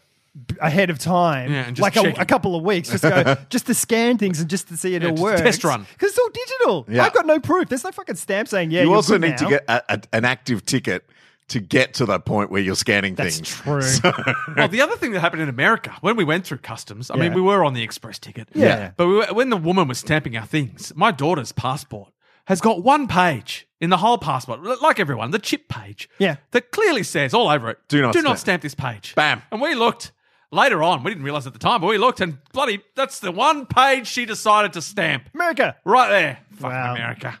b- ahead of time, Yeah, and just like a, checking. a couple of weeks, just go, just to scan things and just to see it Yeah, all just a works. test run. because it's all digital. Yeah. I've got no proof. There's no fucking stamp saying yeah. you you're also good need to now. get a, a, an active ticket to get to the point where you're scanning That's things. true. well, the other thing that happened in America when we went through customs, I mean, Yeah. we were on the express ticket. Yeah. But we were, when the woman was stamping our things, my daughter's passport has got one page in the whole passport, l- like everyone, the chip page. Yeah. That clearly says all over it, Do not stamp." stamp this page. Bam. And we looked. Later on, we didn't realize at the time, but we looked and bloody, that's the one page she decided to stamp. America. Right there. Fuck Wow. America.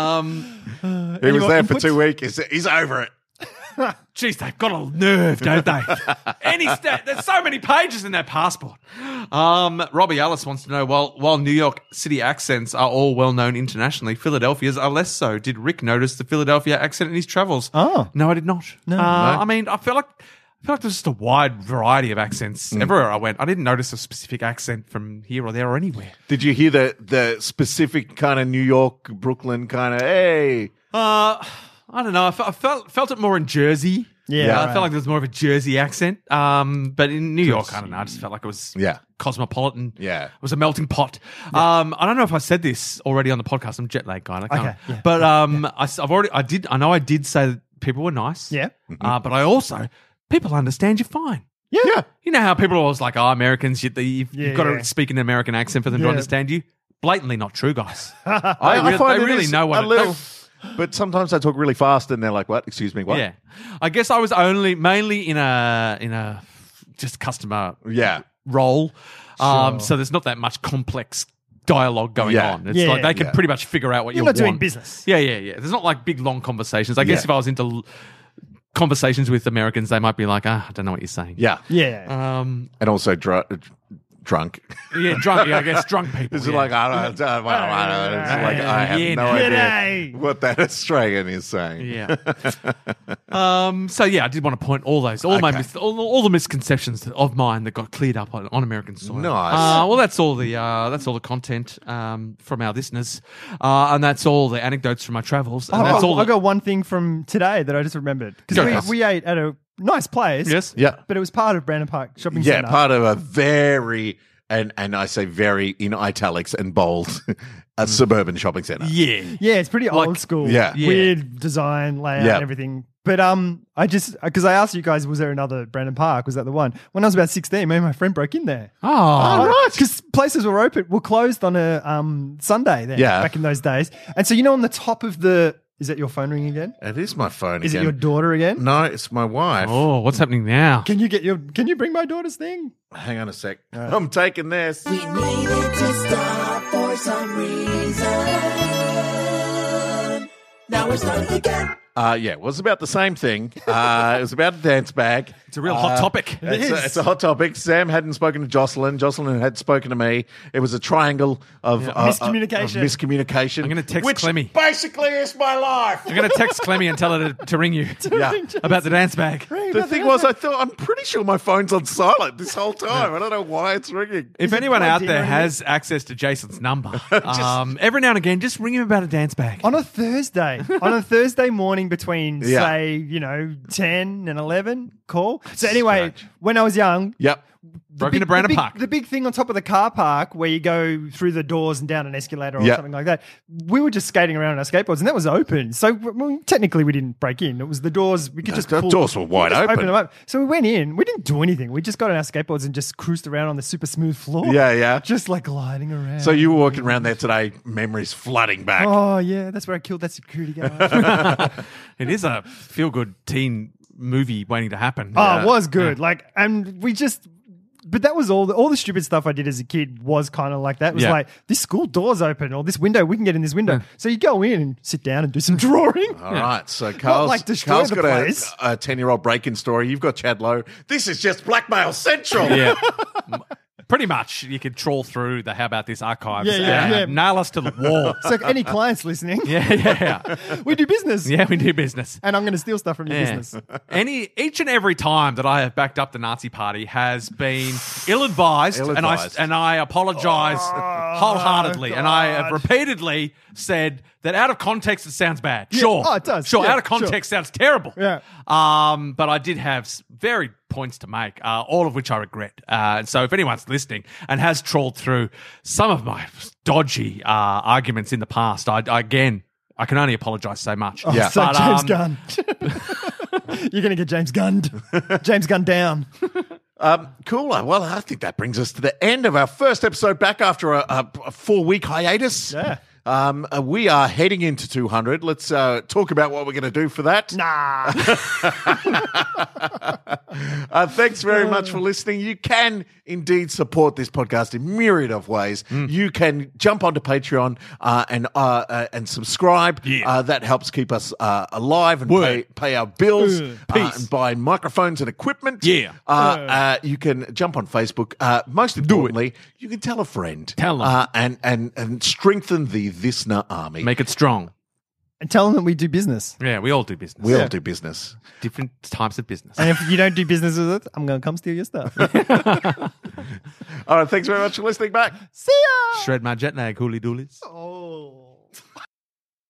He was more there for inputs? two weeks. He's, he's over it. Jeez, they've got a nerve, don't they? Any stat, there's so many pages in their passport. Um, Robbie Ellis wants to know: while while New York City accents are all well known internationally, Philadelphia's are less so. Did Rick notice the Philadelphia accent in his travels? Oh. no, I did not. No, I mean, I feel like. I feel like there's just a wide variety of accents everywhere I went. I didn't notice a specific accent from here or there or anywhere. Did you hear the the specific kind of New York, Brooklyn kind of? Hey, Uh, I don't know. I, fe- I felt felt it more in Jersey. Yeah, Uh, I right. felt like there was more of a Jersey accent. Um, but in New York, I don't know. I just felt like it was Yeah. cosmopolitan. Yeah. it was a melting pot. Um, I don't know if I said this already on the podcast. I'm jet lag guy. and I can't. Okay, yeah. But um, I, have already. I did. I know I did say that people were nice. Yeah. Mm-hmm. Uh, but I also people understand you fine. Yeah. You know how people are always like, "Oh, Americans, you, you've, Yeah, you've got yeah. to speak in an American accent for them Yeah. to understand you." Blatantly not true, guys. I, really- they it really is know what a it- little- But sometimes they talk really fast, and they're like, "What? Excuse me, what?" Yeah, I guess I was only mainly in a in a just customer yeah. role, um, so there's not that much complex dialogue going Yeah. on. It's Yeah, like they can yeah. pretty much figure out what You're you not doing want. business. Yeah, yeah, yeah. There's not like big long conversations. I guess Yeah. if I was into l- conversations with Americans, they might be like, ah, I don't know what you're saying. Yeah. Yeah. Um, and also dri- drunk. Yeah, drunk. Yeah, I guess drunk people. It's yeah. like, I don't, I don't- I don't- it's like, I Yeah, have no G'day. idea what that Australian is saying. Yeah. um, so yeah, I did want to point all those, all my, mis- all, all the misconceptions of mine that got cleared up on, on American soil. Nice. Uh, well, that's all the uh, that's all the content um, from our listeners, uh, and that's all the anecdotes from my travels, and Oh, that's I- all. I the- got one thing from today that I just remembered Go, because Gus. we, we ate at a nice place. yes. Yeah. but it was part of Brandon Park Shopping Yeah, Centre. part of a very and and I say very in italics and bold a suburban shopping center. Hmm. Yeah. Yeah, it's pretty Like- old school. Yeah. Yeah. weird design layout Yeah. and everything. But um, I just because I asked you guys, was there another Brandon Park? Was that the one? When I was about sixteen, me and my friend broke in there. Oh, Ah. all right. Because places were open, were closed on a um Sunday then. Yeah. back in those days. And so you know, on the top of the is that your phone ringing again? It is my phone Is again. it your daughter again? No, it's my wife. Oh, what's happening now? Can you get your? Can you bring my daughter's thing? Hang on a sec. Uh. I'm taking this. We needed to stop for some reason. Now we're starting again. Uh, yeah, it was about the same thing. Uh, it was about a dance bag. It's a real hot uh, topic. It's, is. A, it's a hot topic. Sam hadn't spoken to Jocelyn. Jocelyn had spoken to me. It was a triangle of uh, uh, Miscommunication. of miscommunication. I'm gonna text which Clemmy. Basically, is my life. I'm going to text Clemmy and tell her to, to ring you Yeah. about the dance bag. The thing was, I thought I'm pretty sure my phone's on silent this whole time. I don't know why it's ringing. If anyone out plugged in there or has access to Jason's number, um, every now and again, just ring him about a dance bag. On a Thursday, on a Thursday morning between Yeah. say you know ten and eleven, call. So anyway, when I was young, Yep. Broke into Brandon the big, Park. The big thing on top of the car park where you go through the doors and down an escalator or Yeah. something like that. We were just skating around on our skateboards and that was open. So well, technically we didn't break in. It was the doors. We could just the pull- doors were wide we just open. them up. So we went in. We didn't do anything. We just got on our skateboards and just cruised around on the super smooth floor. Yeah, yeah. Just like gliding around. So you were walking around there today, memories flooding back. Oh yeah, that's where I killed that security guard. It is a feel good teen movie waiting to happen. Oh, it was good. Like, and we just. But that was all. The, all the stupid stuff I did as a kid was kind of like that. It was Yeah. like this school door's open, or this window we can get in this window. So you go in and sit down and do some drawing. All right, so Carl's, like destroy Carl's the got a- place. a ten-year-old break-in story. You've got Chad Lowe. This is just blackmail central. Yeah. M- Pretty much, you could trawl through the How About This archives Yeah, yeah, and yeah. nail us to the wall. so if any clients listening, yeah, yeah. we do business. Yeah, we do business. and I'm going to steal stuff from your Yeah. business. Any each and every time that I have backed up the Nazi Party has been ill-advised, and I Ill-advised. and I apologise Oh, wholeheartedly, and I have repeatedly said that out of context it sounds bad. Sure, Oh, it does. Sure, Yeah, out of context sounds terrible. Yeah. Um, but I did have s- very points to make, uh, all of which I regret. Uh, and so if anyone's listening and has trawled through some of my dodgy uh, arguments in the past, I, I again. I can only apologise so much. Oh, So But, James um, Gunn, you're going to get James Gunned, James Gunn down. Um, cooler. Well, I think that brings us to the end of our first episode back after a, a, a four week hiatus. Yeah. Um, uh, we are heading into 200. Let's uh, talk about what we're going to do for that. Nah. Uh, thanks very much for listening. You can indeed support this podcast in myriad of ways. Hmm. You can jump onto Patreon uh, and uh, uh, and subscribe. Yeah. Uh, that helps keep us uh, alive and pay, Word. pay our bills Mm. uh, Peace. and buy microphones and equipment. Yeah. Uh, uh, you can jump on Facebook. Uh, most importantly, you can tell a friend. Tell 'em. Uh, and, and, and strengthen the Thisna army. Make it strong. and tell them that we do business. Yeah, we all do business. we'll do business. different types of business. And if you don't do business with us, I'm going to come steal your stuff. All right. Thanks very much for listening back. See ya. Shred my jet lag, hooly doolies. Oh.